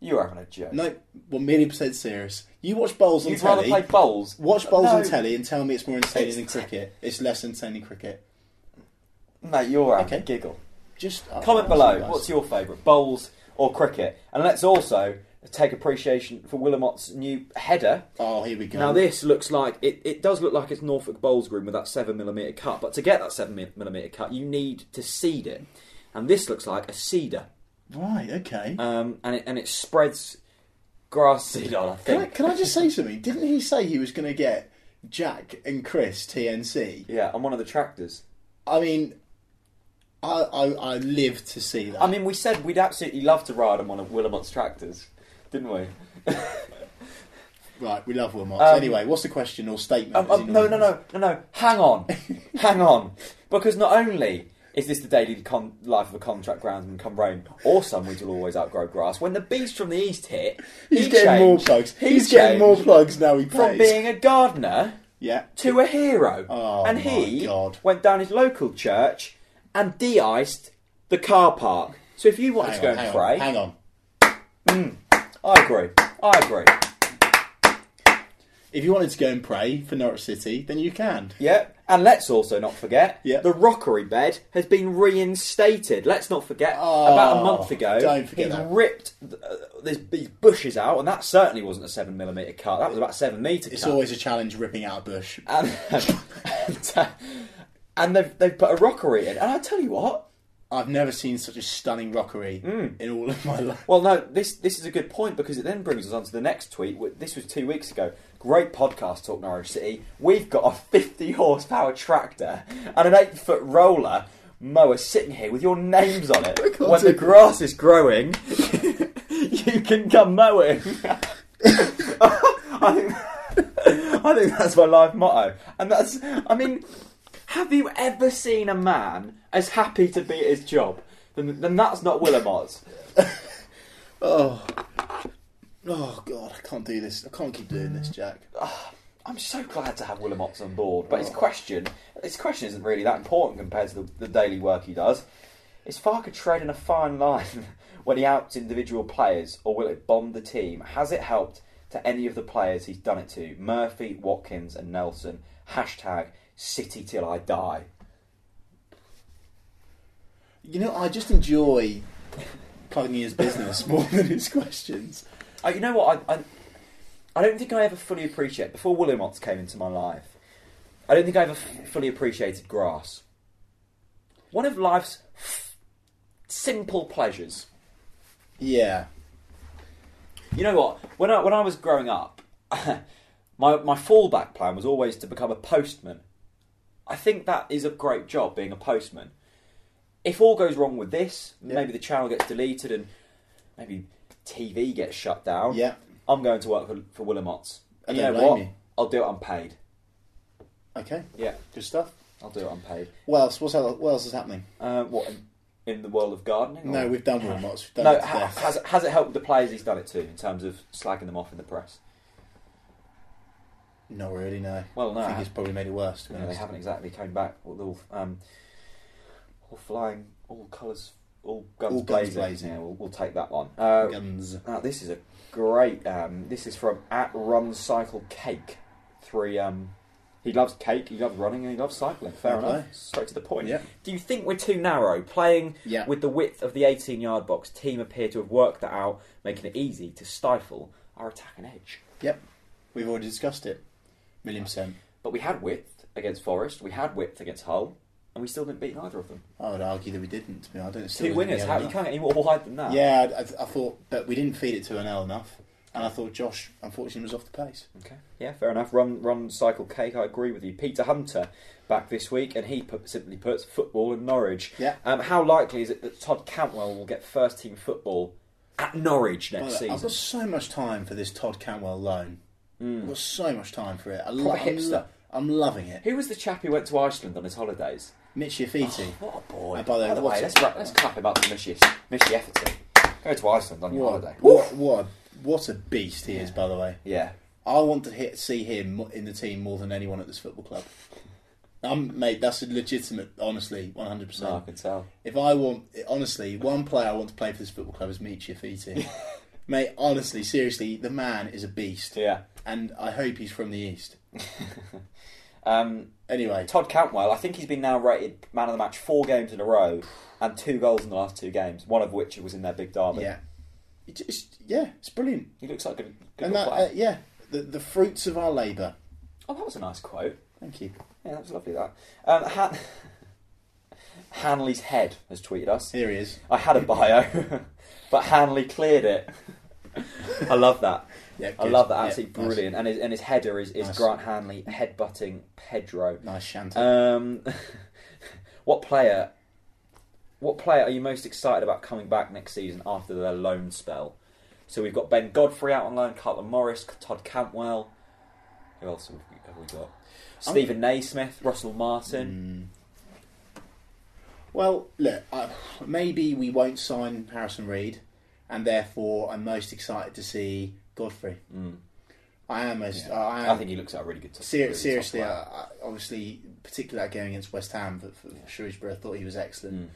You are having a joke.
no, one million percent serious. You watch bowls on
You'd rather
telly.
play bowls.
Watch bowls
no,
on telly and tell me it's more entertaining
It's
than cricket. It's less entertaining than cricket.
mate. You're having a
Okay.
giggle.
Just oh, I-
Comment
I-
below.
guys.
What's your favourite bowls or cricket? And let's also take appreciation for Willemot's new header.
Oh, here we go.
Now this looks like it, it does look like it's Norfolk Bowls groom with that seven millimeter cut, but to get that seven millimeter cut, you need to seed it, and this looks like a cedar,
right? Okay.
um, and it and it spreads grass seed on. I
can, I,
think.
can I just say something? Didn't he say he was going to get Jack and Chris TNC?
Yeah, on one of the tractors.
I mean, I I, I live to see that.
I mean, we said we'd absolutely love to ride on one of Willemot's tractors, didn't we?
right, we love Wilmot.
Um,
anyway, what's the question or statement?
Um,
Is
um,
he
no,
not-
no, no, no, no. Hang on, hang on, because not only is this the daily con- life of a contract groundsman come rain or sun, we will always outgrow grass. When the beast from the east hit,
He's
he
getting more
changed-
plugs.
he
He's, getting more
changed
plugs now. He
from
plays.
being a gardener
yeah.
to a hero,
Oh,
and
my
he
God.
went down his local church and de-iced the car park. So if you wanted
Hang
to go
on,
and
hang,
pray,
on, hang on.
I agree. I agree.
If you wanted to go and pray for Norwich City, then you can.
Yeah. And let's also not forget
Yeah.
the rockery bed has been reinstated. Let's not forget
Oh,
about a month ago
don't forget
he
that.
ripped th- uh, these, these bushes out, and that certainly wasn't a seven millimeter cut. That was about a seven meter
It's
cut.
always a challenge ripping out a bush.
and, and, uh, and they've they've put a rockery in. And I tell you what,
I've never seen such a stunning rockery
Hmm.
in all of my life.
well, no, this this is a good point because it then brings us on to the next tweet. wh- This was two weeks ago. Great podcast, Talk Norwich City. We've got a 50 horsepower tractor and an eight foot roller mower sitting here with your names on it.
can't
When the
do-
grass is growing, you can come mowing. I think I think that's my life motto, and that's I mean, have you ever seen a man as happy to be at his job? Then, then that's not Willemot.
Oh, oh God, I can't do this. I can't keep doing this, Jack.
I'm so glad to have Willemot's on board, but his question his question isn't really that important compared to the, the daily work he does. Is Farker treading a fine line when he outs individual players, or will it bond the team? Has it helped to any of the players he's done it to? Murphy, Watkins, and Nelson. Hashtag City till I die.
You know, I just enjoy plugging in his business more than his questions.
Oh, you know what? I, I, I don't think I ever fully appreciate before Williamotts came into my life. I don't think I ever f- fully appreciated grass. One of life's f- simple pleasures.
Yeah.
You know what? When I when I was growing up, my my fallback plan was always to become a postman. I think that is a great job being a postman. If all goes wrong with this, maybe the channel gets deleted and maybe TV gets shut down.
Yeah.
I'm going to work for, for Willemotts. And
I
you know
don't
what?
blame you.
I'll do it unpaid.
Okay.
Yeah,
Good stuff.
I'll do it unpaid.
What else? What's el- what else is happening?
Uh, what in, in the world of gardening? or-
No, we've done one. Lots. We've done
Oh. no.
it to
Ha,
death.
has has it helped the players he's done it to in terms of slagging them off in the press?
Not really. No.
Well, no,
I think
I-
it's probably made it worse. To be
You know, they
honest.
haven't exactly come back with all um, all flying, all colours, all guns
All guns
blazing.
blazing.
Yeah, we'll, we'll take that one. Uh,
Guns.
now, this is a great. Um, this is from at Run Cycle Cake. Three. Um, he loves cake. He loves running, and he loves cycling. Fair
Fair
enough.
play.
Straight to the point.
Yeah.
Do you think we're too narrow? Playing
Yeah.
with the width of the 18-yard box, team appear to have worked that out, making it easy to stifle our attacking edge.
Yep. We've already discussed it. Million percent.
But we had width against Forest. We had width against Hull. And we still didn't beat either of them.
I would argue that we didn't. To be honest. I don't. still
Two
don't think we
wingers.
had
How, you
enough.
can't get any more wide than that.
Yeah, I, I, I thought, but we didn't feed it to Anel enough, and I thought Josh, unfortunately, was off the pace.
Okay. Yeah, fair enough. Run, run, cycle, cake. I agree with you. Peter Hunter back this week, and he put, simply puts football in Norwich.
Yeah.
Um, how likely is it that Todd Cantwell will get first team football at Norwich
By the
next
way, I've
season?
got so much time for this Todd Cantwell loan. I've got so much time for it. I lo-
Hmm. Proper
I'm,
hipster.
lo- I'm loving it.
Who was the chap who went to Iceland on his holidays?
Mitch Yafiti.
What a boy!
Uh, by the way, what's
way,
it-
let's, ra- let's clap him up to Mishy Mishy Efferton. Go to Iceland on your
what,
holiday.
what, what, a- what a beast he is, by the way.
Yeah.
I want to hit, see him mo- in the team more than anyone at this football club. I'm, mate, that's a legitimate, honestly, 100%.
No, I can tell.
If I want, honestly, one player I want to play for this football club is Mitch Yafiti. mate, honestly, seriously, the man is a beast.
Yeah.
and I hope he's from the east.
Um,
Anyway,
Todd Cantwell, I think he's been now rated man of the match four games in a row and two goals in the last two games, one of which was in their big derby.
yeah, it's, it's yeah, it's brilliant.
He looks like a good, good
And
little
that,
player.
uh, yeah, the the fruits of our labour.
oh, that was a nice quote.
Thank you.
Yeah, that was lovely, that. Um, Han- Hanley's head has tweeted us.
Here he is.
I had a bio, but Hanley cleared it. I love that.
Yeah,
I
good.
love that.
Yeah,
Absolutely
nice.
brilliant. And his, and his header is, is
Nice.
Grant Hanley headbutting Pedro.
Nice shanty.
Um, what player? What player are you most excited about coming back next season after their loan spell? So we've got Ben Godfrey out on loan, Carlton Morris, Todd Cantwell. Who else have we, have we got? Stephen Naismith, Russell Martin.
well, look, I, maybe we won't sign Harrison Reed, and therefore I'm most excited to see Godfrey. I am. Most, I, am
Mm. I think he looks like a really good. Top,
Mm. Ser-
really top
seriously, I,
player.
I, obviously, particularly that game against West Ham for, for Shrewsbury, I thought he was
Mm.
excellent.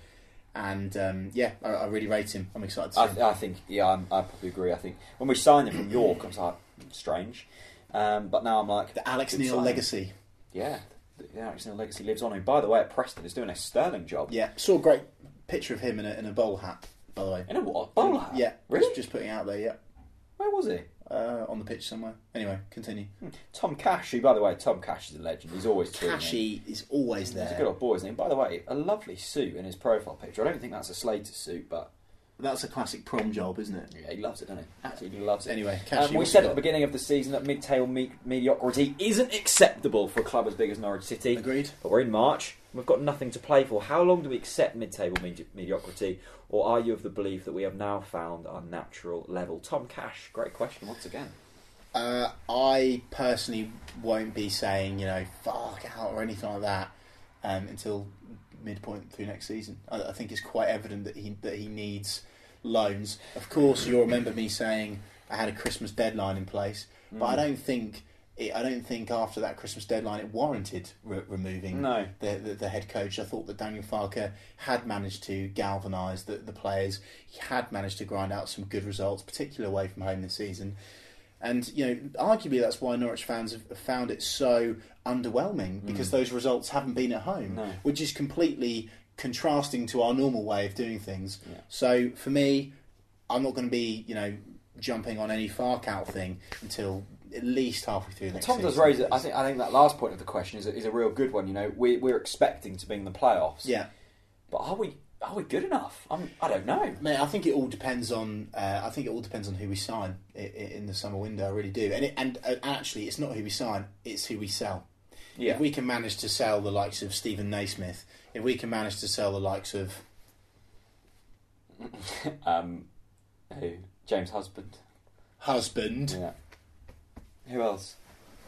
And um, yeah, I, I really rate him. I'm excited to see
I,
him.
th- I think, yeah, I'm, I probably agree. I think when we signed him from York, I was like, hmm, strange. Um, but now I'm like
the Alex
good
Neil
signing.
legacy.
Yeah, the, the Alex Neil legacy lives on. Who, by the way, at Preston is doing a sterling job.
Yeah, saw a great picture of him in a, in a bowl hat, by the way.
In a what? Bowler?
Yeah,
Really?
just, just putting it out there. Yeah,
Where was he?
uh, on the pitch somewhere. Anyway, continue.
Tom Cash, who by the way, Tom Cash is a legend. He's always tweeting.
Cashy is always
He's a good
there.
old boy, isn't he? By the way, a lovely suit in his profile picture. I don't think that's a Slater suit, but
That's a classic prom job, isn't it?
yeah, he loves it, doesn't he? Absolutely loves it.
Anyway,
Um,
Cashy.
we said at the beginning of the season that mid-table me- mediocrity isn't acceptable for a club as big as Norwich City.
Agreed.
But we're in March. and We've got nothing to play for. How long do we accept mid-table medi- mediocrity, or are you of the belief that we have now found our natural level? Tom Cash, great question once again.
Uh, I personally won't be saying, you know, fuck out or anything like that um, until midpoint through next season. I, I think it's quite evident that he that he needs loans. Of course, you'll remember me saying I had a Christmas deadline in place, but I don't think it, I don't think after that Christmas deadline it warranted re- removing
No.
the, the the head coach. I thought that Daniel Farker had managed to galvanise the, the players. He had managed to grind out some good results, particularly away from home this season. And you know, arguably that's why Norwich fans have have found it so underwhelming because those results haven't been at home,
Mm. No.
which is completely contrasting to our normal way of doing things.
Yeah.
So for me, I'm not going to be you know jumping on any Farcout thing until at least halfway through next
Tom
season.
does raise it. I think. I think that last point of the question is a, is a real good one. You know, we, we're expecting to be in the playoffs.
Yeah.
But are we? Are we good enough? I'm, I don't know.
Mate, I think it all depends on. Uh, I think it all depends on who we sign i- i- in the summer window. I really do. And it, and uh, actually, it's not who we sign; it's who we sell.
Yeah.
If we can manage to sell the likes of Stephen Naismith, if we can manage to sell the likes of
Um, who? James Husband.
Husband
Yeah. Who else?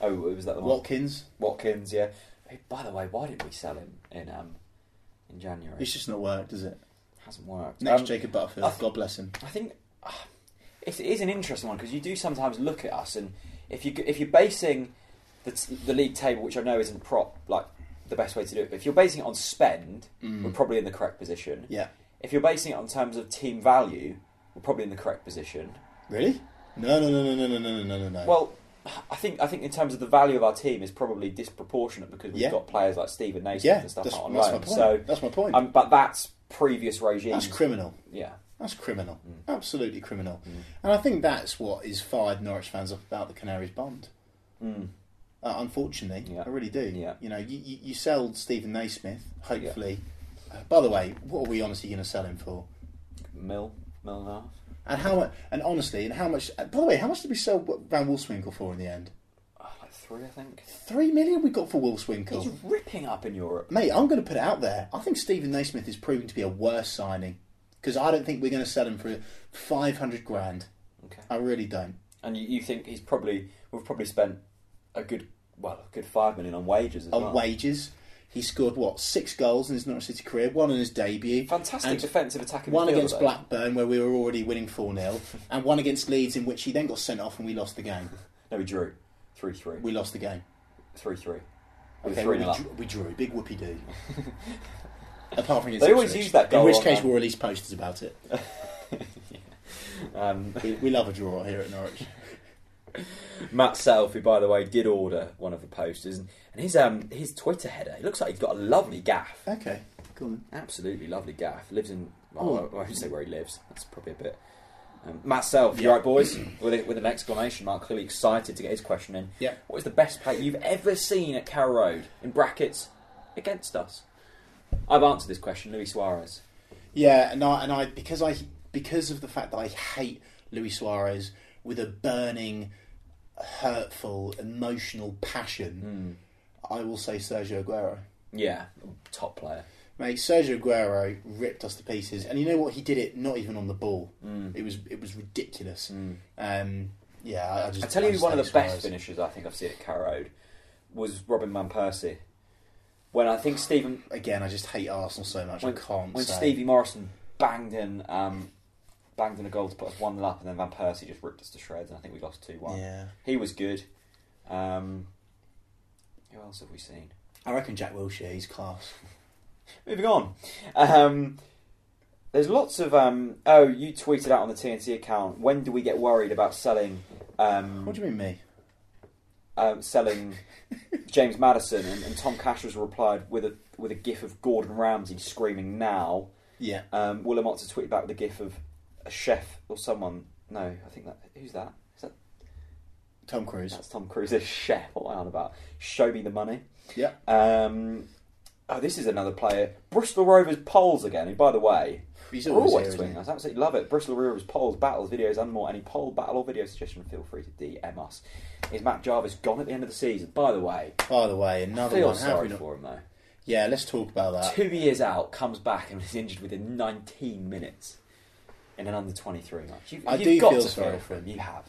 Oh, was that the one?
Watkins,
Watkins, yeah. Who, by the way, why did we sell him in um in January?
it's just not worked, does it?
hasn't worked.
Next,
Um,
Jacob Butterfield.
I th-
God bless him.
I think uh, it it is an interesting one because you do sometimes look at us, and if you if you're basing the, t- the league table, which I know isn't prop like the best way to do it, but if you're basing it on spend,
Mm.
we're probably in the correct position.
Yeah.
If you're basing it on terms of team value, we're probably in the correct position.
Really? No, no, no, no, no, no, no, no, no, no.
Well, I think I think in terms of the value of our team is probably disproportionate because we've
Yeah.
got players like Stephen Naismith
yeah,
and
that's,
stuff
that's
out on
my
loan.
point.
So,
that's my point.
um, but that's previous regimes.
that's criminal.
yeah,
That's criminal.
Mm.
Absolutely criminal. And I think that's what is fired Norwich fans up about the Canaries bond. Uh, unfortunately,
Mm. Yeah.
I really do.
Yeah.
You know, you, you, you sell Stephen Naismith, hopefully. Uh, by the way, what are we honestly going to sell him for?
Mill, Mill and a half.
And how much, and honestly, and how much, uh, by the way, how much did we sell Wa- Van Wolfswinkle for in the end?
Oh, like three, I think.
Three million we got for
He's
Wolfswinkle.
ripping up in Europe.
Mate, I'm going to put it out there. I think Stephen Naismith is proving to be a worse signing because I don't think we're going to sell him for 500 grand.
Okay,
I really don't.
and you, you think he's probably we've probably spent a good well a good five million on wages as
on
well.
wages. He scored what six goals in his Norwich City career, one in his debut,
Fantastic
and
defensive attacking.
one
midfielder,
against
though.
Blackburn where we were already winning four 0 and one against Leeds in which he then got sent off and we lost the game.
No, we drew three three
We lost the game.
three three. We were
Okay,
three
we,
nil up.
drew, we drew. Big whoopee do. Apart from against
They always
Ipswich,
use that goal
In which
on
case,
that.
we'll release posters about it.
Um,
We, we love a draw here at Norwich.
Matt Self, who by the way did order one of the posters, and and his um his Twitter header, it looks like he's got a lovely gaff,
Okay, cool. Then.
absolutely lovely gaff. Lives in
Oh.
oh, I won't say where he lives. That's probably a bit. Um, Matt Self, you right, boys, with a, with an exclamation mark, clearly excited to get his question in.
Yeah.
What is the best play you've ever seen at Carrow Road? In brackets, against us. I've answered this question, Luis Suarez.
Yeah, and I and I because I because of the fact that I hate Luis Suarez with a burning, hurtful, emotional
Hmm.
passion, I will say Sergio Aguero.
Yeah, top player.
Mate, Sergio Aguero ripped us to pieces, and you know what? He did it not even on the ball.
Mm.
It was it was ridiculous. Um, yeah, I, I just
I tell you,
just
one of the
hate
best
Suarez.
finishes I think I've seen at Carrow Road was Robin Van Persie. When I think Stephen
Again, I just hate Arsenal so much.
when,
I can't.
when
say.
Stevie Morrison banged in um, banged in a goal to put us one nil up, and then Van Persie just ripped us to shreds, and I think we lost two one.
yeah,
He was good. Um, who else have we seen?
I reckon Jack Wilshere. He's class.
Moving on. Um, there's lots of um, oh, you tweeted out on the TNT account. When do we get worried about selling
What
um,
do you mean, me?
um, selling James Madison? And, and Tom Cash was replied with a with a gif of Gordon Ramsay screaming now.
Yeah,
Um, Willem Otto tweeted back with a gif of a chef or someone. No, I think that who's that? Is that
Tom Cruise.
That's Tom Cruise's chef. What am I on about? Show me the money.
Yeah.
Um, oh, this is another player. Bristol Rovers polls again. Who, by the way,
He's
are
always
always,
here, isn't
tweeting us. Absolutely love it. Bristol Rovers polls, battles, videos, and more. Any poll, battle, or video suggestion, feel free to DM us. Is Matt Jarvis gone at the end of the season? By the way,
By the way,
I
another
feel
one. Have we
sorry
not?
for him though.
Yeah, let's talk about that.
Two years out, comes back and is injured within 19 minutes in an under 23 match. You,
I
you've
do
got
feel
to
sorry
feel for him. You have.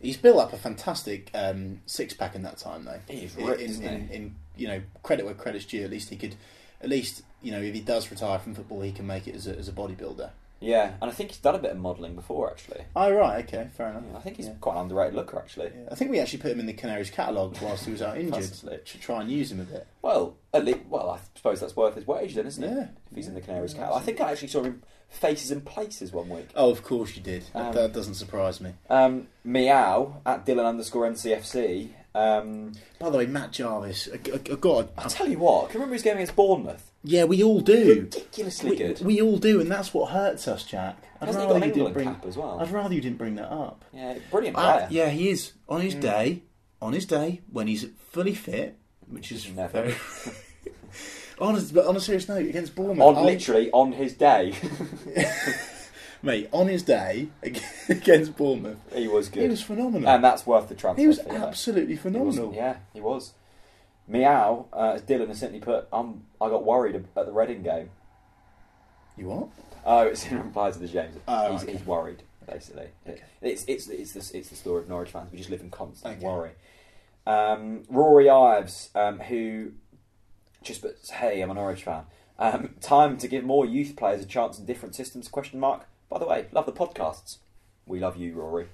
He's built up a fantastic um, six pack in that time, though.
He is
In-
ripped,
in,
isn't
in,
he?
in, you know credit where credit's due. At least he could, at least you know if he does retire from football, he can make it as a, as a bodybuilder.
Yeah, and I think he's done a bit of modelling before actually.
Oh right, okay, fair enough.
Yeah, I think he's
Yeah.
quite an underrated looker actually.
Yeah, I think we actually put him in the Canaries catalogue whilst he was out injured
Possibly.
to try and use him a bit.
Well, at least, well, I suppose that's worth his wage then, isn't it?
Yeah.
If he's in the
Yeah,
Canaries
yeah,
Cup. I think I actually saw him faces and places one week.
Oh, of course you did. That-
Um,
that doesn't surprise me.
Um, meow at Dylan underscore NCFC. Um,
By the way, Matt Jarvis, I, I, I got.
I tell you what, can you remember his game against Bournemouth?
yeah, we all do.
Ridiculously
We,
good.
we all do, and that's what hurts us, Jack. I'd
Hasn't he
rather
got an
you didn't
England
bring.
cap as well?
I'd rather you didn't bring that up.
Yeah, Mm. brilliant
Ah,
player.
yeah, he is on his day. On his day, when he's fully fit, which is
Never.
very. on, a, but on a serious note, against Bournemouth,
On
I-
literally on his day,
mate, on his day against Bournemouth,
he was good,
he was phenomenal.
and that's worth the transfer.
he was
fee, though. He
absolutely
was-
phenomenal.
yeah, he was. Meow, uh, as Dylan has simply put, um, I got worried at the Reading game.
You what?
Oh, it's in reply to the James.
Oh,
he's,
okay.
he's worried, basically. It's, it's, it's, the, it's the story of Norwich fans. We just live in constant
Okay.
worry. Um, Rory Ives, um, who just but hey, I'm a Norwich fan. Um, time to give more youth players a chance in different systems? Question mark. By the way, love the podcasts. We love you, Rory.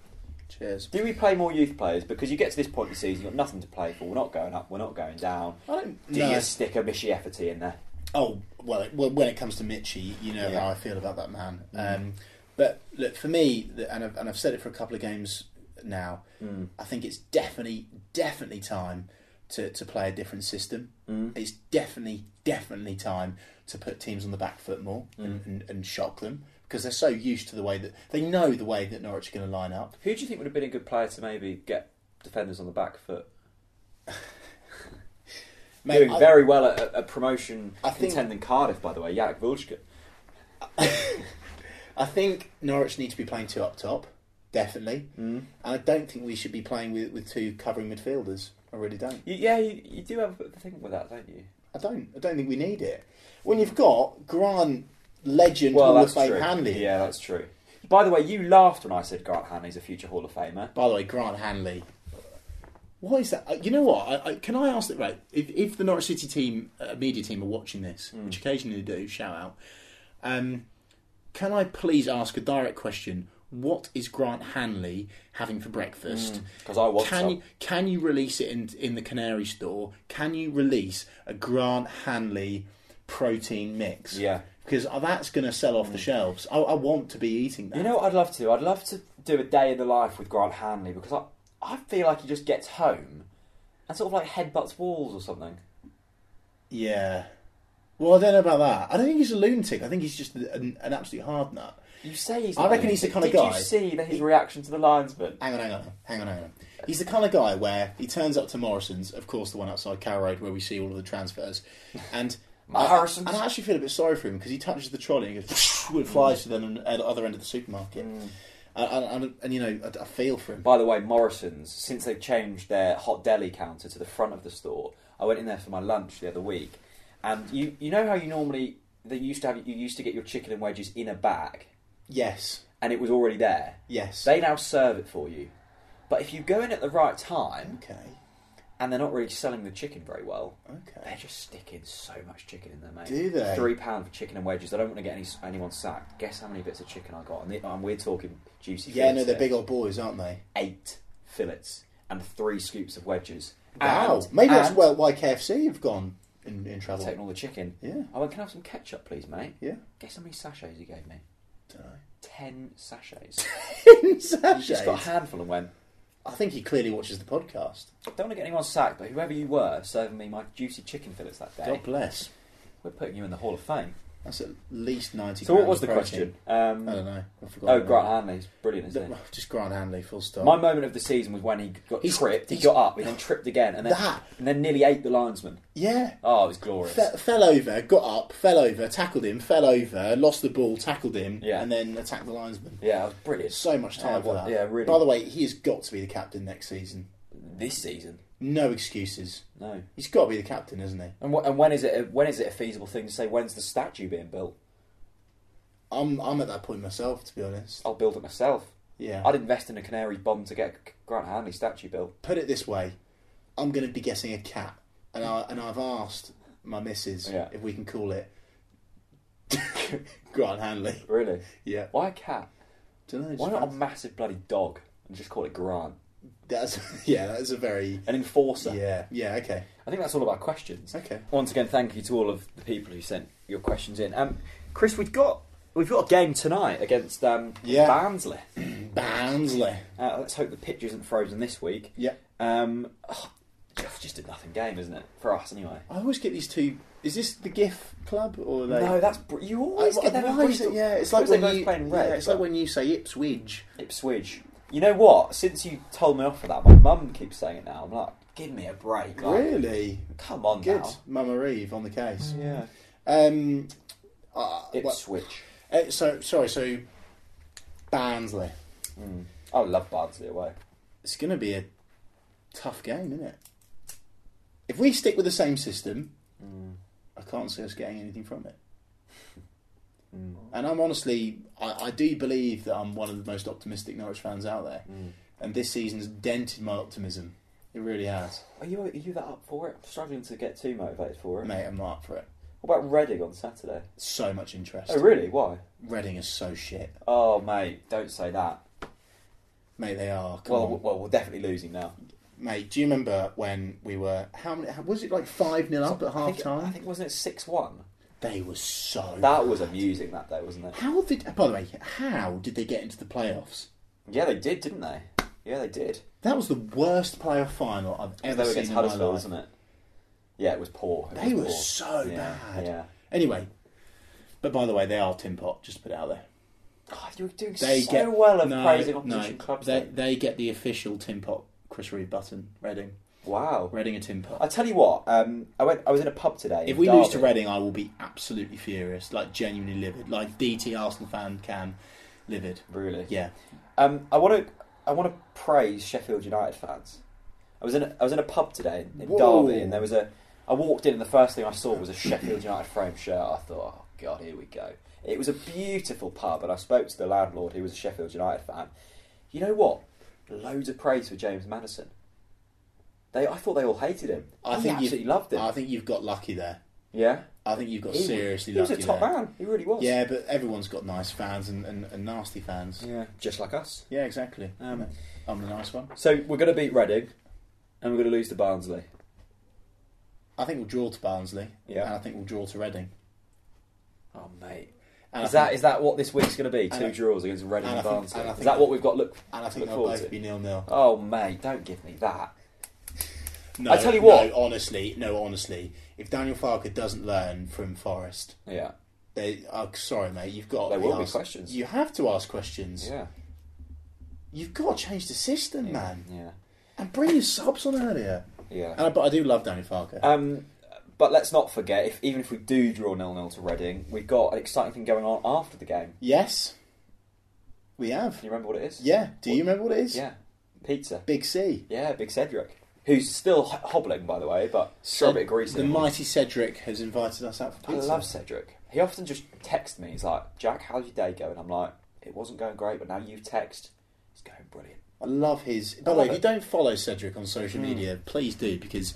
Cheers.
Do we play more youth players? Because you get to this point in the season, you've got nothing to play for. We're not going up. We're not going down.
I don't.
Do
know.
you stick a Mishi Efferty in there?
Oh well, it- well, when it comes to Mitchy, you know
Yeah. Mm.
how I feel about that man. Um, but look, for me, the- and I've, and I've said it for a couple of games now.
Hmm.
I think it's definitely, definitely time to, to play a different system.
Mm.
It's definitely, definitely time to put teams on the back foot more
Mm.
and, and, and shock them because they're so used to the way that they know the way that Norwich are going to line up.
Who do you think would have been a good player to maybe get defenders on the back foot?
Mate,
doing
I-
very well at a, a promotion
I think-
contending Cardiff, by the way. Jarek Vilshka.
I think Norwich need to be playing two up top, definitely. Mm. And I don't think we should be playing with, with two covering midfielders. I really don't.
You, yeah, you, you do have a bit of a thing with that, don't you?
I don't. I don't think we need it. When you've got Grant, legend,
Well,
Hall of
that's
Fame
true.
Hanley.
Yeah, that's true. By the way, you laughed when I said Grant Hanley's a future Hall of Famer.
By the way, Grant Hanley. What is that? Uh, You know what? I, I, can I ask that? Right, if, if the Norwich City team uh, media team are watching this,
Hmm.
which occasionally they do, shout out. Um, can I please ask a direct question? What is Grant Hanley having for breakfast?
Because I was.
Can you, can you release it in in the Canary store? Can you release a Grant Hanley protein mix?
Yeah. Hmm.
Because uh, that's going to sell off the shelves. I, I want to be eating that.
You know what I'd love to? I'd love to do a day in the life with Grant Hanley because I, I feel like he just gets home and sort of like headbutts walls or something.
Yeah. Well, I don't know about that. I don't think he's a lunatic. I think he's just an, an absolute hard nut.
You say he's.
I
not
reckon he's the
lunatic.
kind of
Did
guy-
you see that his reaction to the linesman?
Hang on, hang on, hang on, hang on. He's the kind of guy where he turns up to Morrison's, of course, the one outside Carrow Road where we see all of the transfers, and I-
Morrison's?
and I actually feel a bit sorry for him because he touches the trolley and he goes and flies to them at the other end of the supermarket,
Mm.
and, and, and, and, you know I, I feel for him.
By the way, Morrison's, since they've changed their hot deli counter to the front of the store, I went in there for my lunch the other week, and you you know how you normally they used to have you used to get your chicken and wedges in a bag,
Yes,
and it was already there.
yes.
They now serve it for you, but if you go in at the right time,
okay,
and they're not really selling the chicken very well,
okay.
they're just sticking so much chicken in there, mate.
Do they?
Three pound for chicken and wedges. I don't want to get any anyone sacked. Guess how many bits of chicken I got? And, the, and we're talking juicy.
Yeah, no,
fillets
they're
here
big old boys, aren't they?
eight fillets and three scoops of wedges.
Wow,
And-
maybe that's
and
well why KFC have gone in, in trouble.
Taking all the chicken.
Yeah.
I went, can I have some ketchup, please, mate?
Yeah,
Guess how many sachets he gave me?
don't know.
Ten sachets.
Sachets.
Just got a handful and went,
I think he clearly watches the podcast.
don't want to get anyone sacked, but whoever you were serving me my juicy chicken fillets that day,
God bless.
we're putting you in the Hall of Fame.
That's at least ninety.
So what
grams
was the
of
question?
protein.
Um,
I don't know. I forgot.
oh, Grant Hanley's brilliant,
The-
isn't he?
just Grant Hanley. Full stop.
My moment of the season was when he got
He's-
tripped. He
he's-
got up, he then tripped again, and then
That.
and then nearly ate the linesman.
yeah.
Oh, it was glorious.
Fe- fell over, got up, fell over, tackled him, fell over, lost the ball, tackled him,
Yeah.
and then attacked the linesman.
yeah, it was brilliant.
So much time
Yeah,
for
well,
that.
yeah, really.
By the way, he has got to be the captain next season.
This season,
No excuses.
no.
He's got to be the captain, isn't he?
And, wh- and when is it? A, when is it a feasible thing to say? When's the statue being built?
I'm I'm at that point myself, to be honest.
I'll build it myself.
Yeah.
I'd invest in a Canaries bomb to get a Grant Hanley statue built.
Put it this way, I'm going to be guessing a cat, and I and I've asked my missus
Yeah.
if we can call it Grant Hanley.
Really?
Yeah.
Why a cat?
Don't know,
Why not a massive bloody dog and just call it Grant?
That's yeah. That's a very
An enforcer.
yeah yeah okay
I think that's all of our questions.
okay.
Once again, thank you to all of the people who sent your questions in. Um, Chris, we've got we've got a game tonight against um,
Yeah.
Barnsley.
Barnsley.
Uh, let's hope the pitch isn't frozen this week.
Yeah.
Um, oh, just a nothing game, isn't it for us anyway?
I always get these two. Is this the GIF club or are they?
no, that's br- you always
I-
get them. in
why is
Bristol.
it- Yeah, it's
Because
like when
they're both
you.
playing red.
yeah, it's like
but-
when you say Ipswich.
Ipswich. You know what? Since you told me off for that, my mum keeps saying it now. I'm like, give me a break. Like,
Really
Come on
good,
now.
Mama Reeve on the case.
Yeah.
Um, uh, what-
Ipswich.
uh, so sorry. So Barnsley.
Mm. I would love Barnsley away.
It's going to be a tough game, isn't it? If we stick with the same system,
Mm.
I can't see us getting anything from it.
Mm.
And I'm honestly, I, I do believe that I'm one of the most optimistic Norwich fans out there.
Mm.
And this season's dented my optimism. It really has.
Are you are you that up for it? I'm struggling to get too motivated for it.
Mate, I'm not up for it.
What about Reading on Saturday?
So much interest.
Oh really? Why?
Reading is so shit.
Oh mate, don't say that.
Mate, they are. Come
Well,
on.
well, we're definitely losing now.
Mate, do you remember when we were. How many. How, was it like 5 0 up at
I
half
think, I
time?
think wasn't it six one.
They were so.
That was amusing that day, wasn't it?
How did. By the way, how did they get into the playoffs?
Yeah, they did, didn't they? Yeah, they did.
That was the worst playoff final I've ever
they were
seen
against
in my
Huddersfield,
life.
wasn't it? Yeah, it was poor. It was
They were
poor.
so
yeah,
bad.
Yeah.
Anyway, but by the way, they are Tim Pot. Just put it out there.
Oh, you're doing
They
so
get
well of
no,
praising opposition
no,
clubs.
They,
then.
they get the official Tim Pot Chris Reeve button. Reading,
Wow.
Reading a Tim Pot.
I tell you what, um, I went. I was in a pub today.
If
in
we lose to
Derby.
Reading, I will be absolutely furious, like genuinely livid, like DT Arsenal fan can, livid.
really,
Yeah,
Um, I want to I want to praise Sheffield United fans. I was in a, I was in a pub today in
Whoa.
Derby, and there was a. I walked in, and the first thing I saw was a Sheffield United frame shirt. I thought, oh god, here we go. It was a beautiful pub, and I spoke to the landlord, who was a Sheffield United fan. You know what? Loads of praise for James Madison. They, I thought they all hated him. I think
you've-
absolutely loved him.
I think you've got lucky there.
yeah,
I think you've got
He-
seriously
he was
lucky
a top
there.
man. He really was.
Yeah, but everyone's got nice fans and, and, and nasty fans.
yeah, just like us.
Yeah, exactly.
Um,
I'm the nice one.
So we're going to beat Reading, and we're going to lose to Barnsley.
I think we'll draw to Barnsley.
Yeah.
and I think we'll draw to Reading.
Oh mate.
And
Is
I
that is that what this week's going to be?
Uh, And
Two
I-
draws against Reading and,
and I think-
Barnsley.
and I
Is
think-
that what we've got? Look,
And I think
look
they'll
forward
both
to.
be nil nil.
Oh mate, don't give me that.
No,
I tell you what-
No, honestly, no, honestly, if Daniel Farker doesn't learn from Forest,
Yeah,
they. Oh, sorry, mate. You've got.
There will be
ask-
questions.
You have to ask questions.
yeah,
You've got to change the system,
yeah,
man,
yeah,
and bring your subs on earlier. And
yeah.
I, but I do love Daniel Farker.
Um, but let's not forget, if even if we do draw nil nil to Reading, we've got an exciting thing going on after the game.
yes, we
Do
have.
you remember what it is?
Yeah. Do you remember what it is?
yeah, pizza.
Big C.
Yeah, big Cedric, who's still h- hobbling by the way, but
So
still a bit greasy.
The mighty Cedric has invited us out for
I
pizza.
love Cedric. He often just texts me. He's like, "Jack, how's your day going?" I'm like, "It wasn't going great, but now you've text. It's going brilliant."
I love his. By
I
the
love
way, if you
it.
don't follow Cedric on
Hmm.
social media, please do because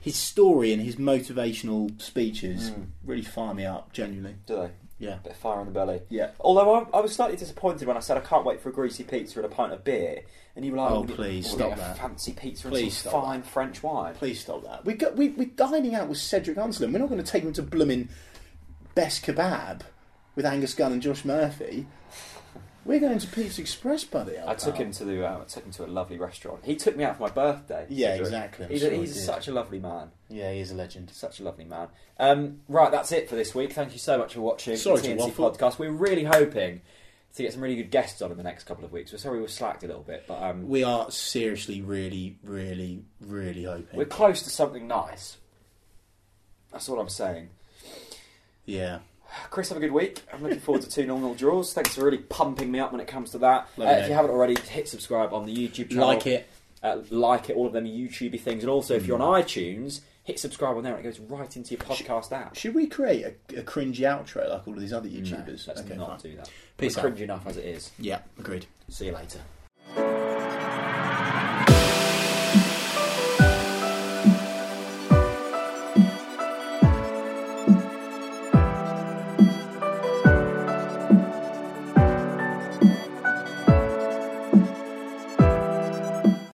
his story and his motivational speeches
Mm.
really fire me up. Genuinely,
Do they?
yeah,
bit of fire in the belly.
yeah.
Although I, I was slightly disappointed when I said I can't wait for a greasy pizza and a pint of beer, and you were like,
Oh,
"We'll get-
please,
we'll
stop
get a
that.
fancy pizza and
Please
some
stop
fine French wine."
Please stop that. We got we we're dining out with Cedric Unslin. We're not going to take him to blooming best kebab with Angus Gunn and Josh Murphy. We're going to Pete's Express, buddy. old
I took
pal.
him to the um, I took him to a lovely restaurant. He took me out for my birthday.
Yeah,
Cedric.
exactly. I'm
He's,
sure
a,
he
he's
did.
such a lovely man.
Yeah, he is a legend.
Such a lovely man. Um, right, that's it for this week. Thank you so much for watching
Sorry
the
to
TNC
waffle.
podcast. We're really hoping to get some really good guests on in the next couple of weeks. We're sorry we've slacked a little bit, but um,
We are seriously, really, really, really hoping.
we're close to something nice. That's all I'm saying.
yeah.
Chris, have a good week. I'm looking forward to two normal draws. Thanks for really pumping me up when it comes to that. Uh,
Love it,
if
mate.
you haven't already, hit subscribe on the YouTube channel.
Like it.
uh, like it, all of them YouTubey things, and also if you're
Mm.
on iTunes, hit subscribe on there, and it goes right into your podcast app.
Should we create a, a cringy outro like all of these other
No,
YouTubers?
let's
Okay,
not
fine.
do that.
Peace
We're
out.
cringe enough as it is.
Yeah, agreed.
See you later.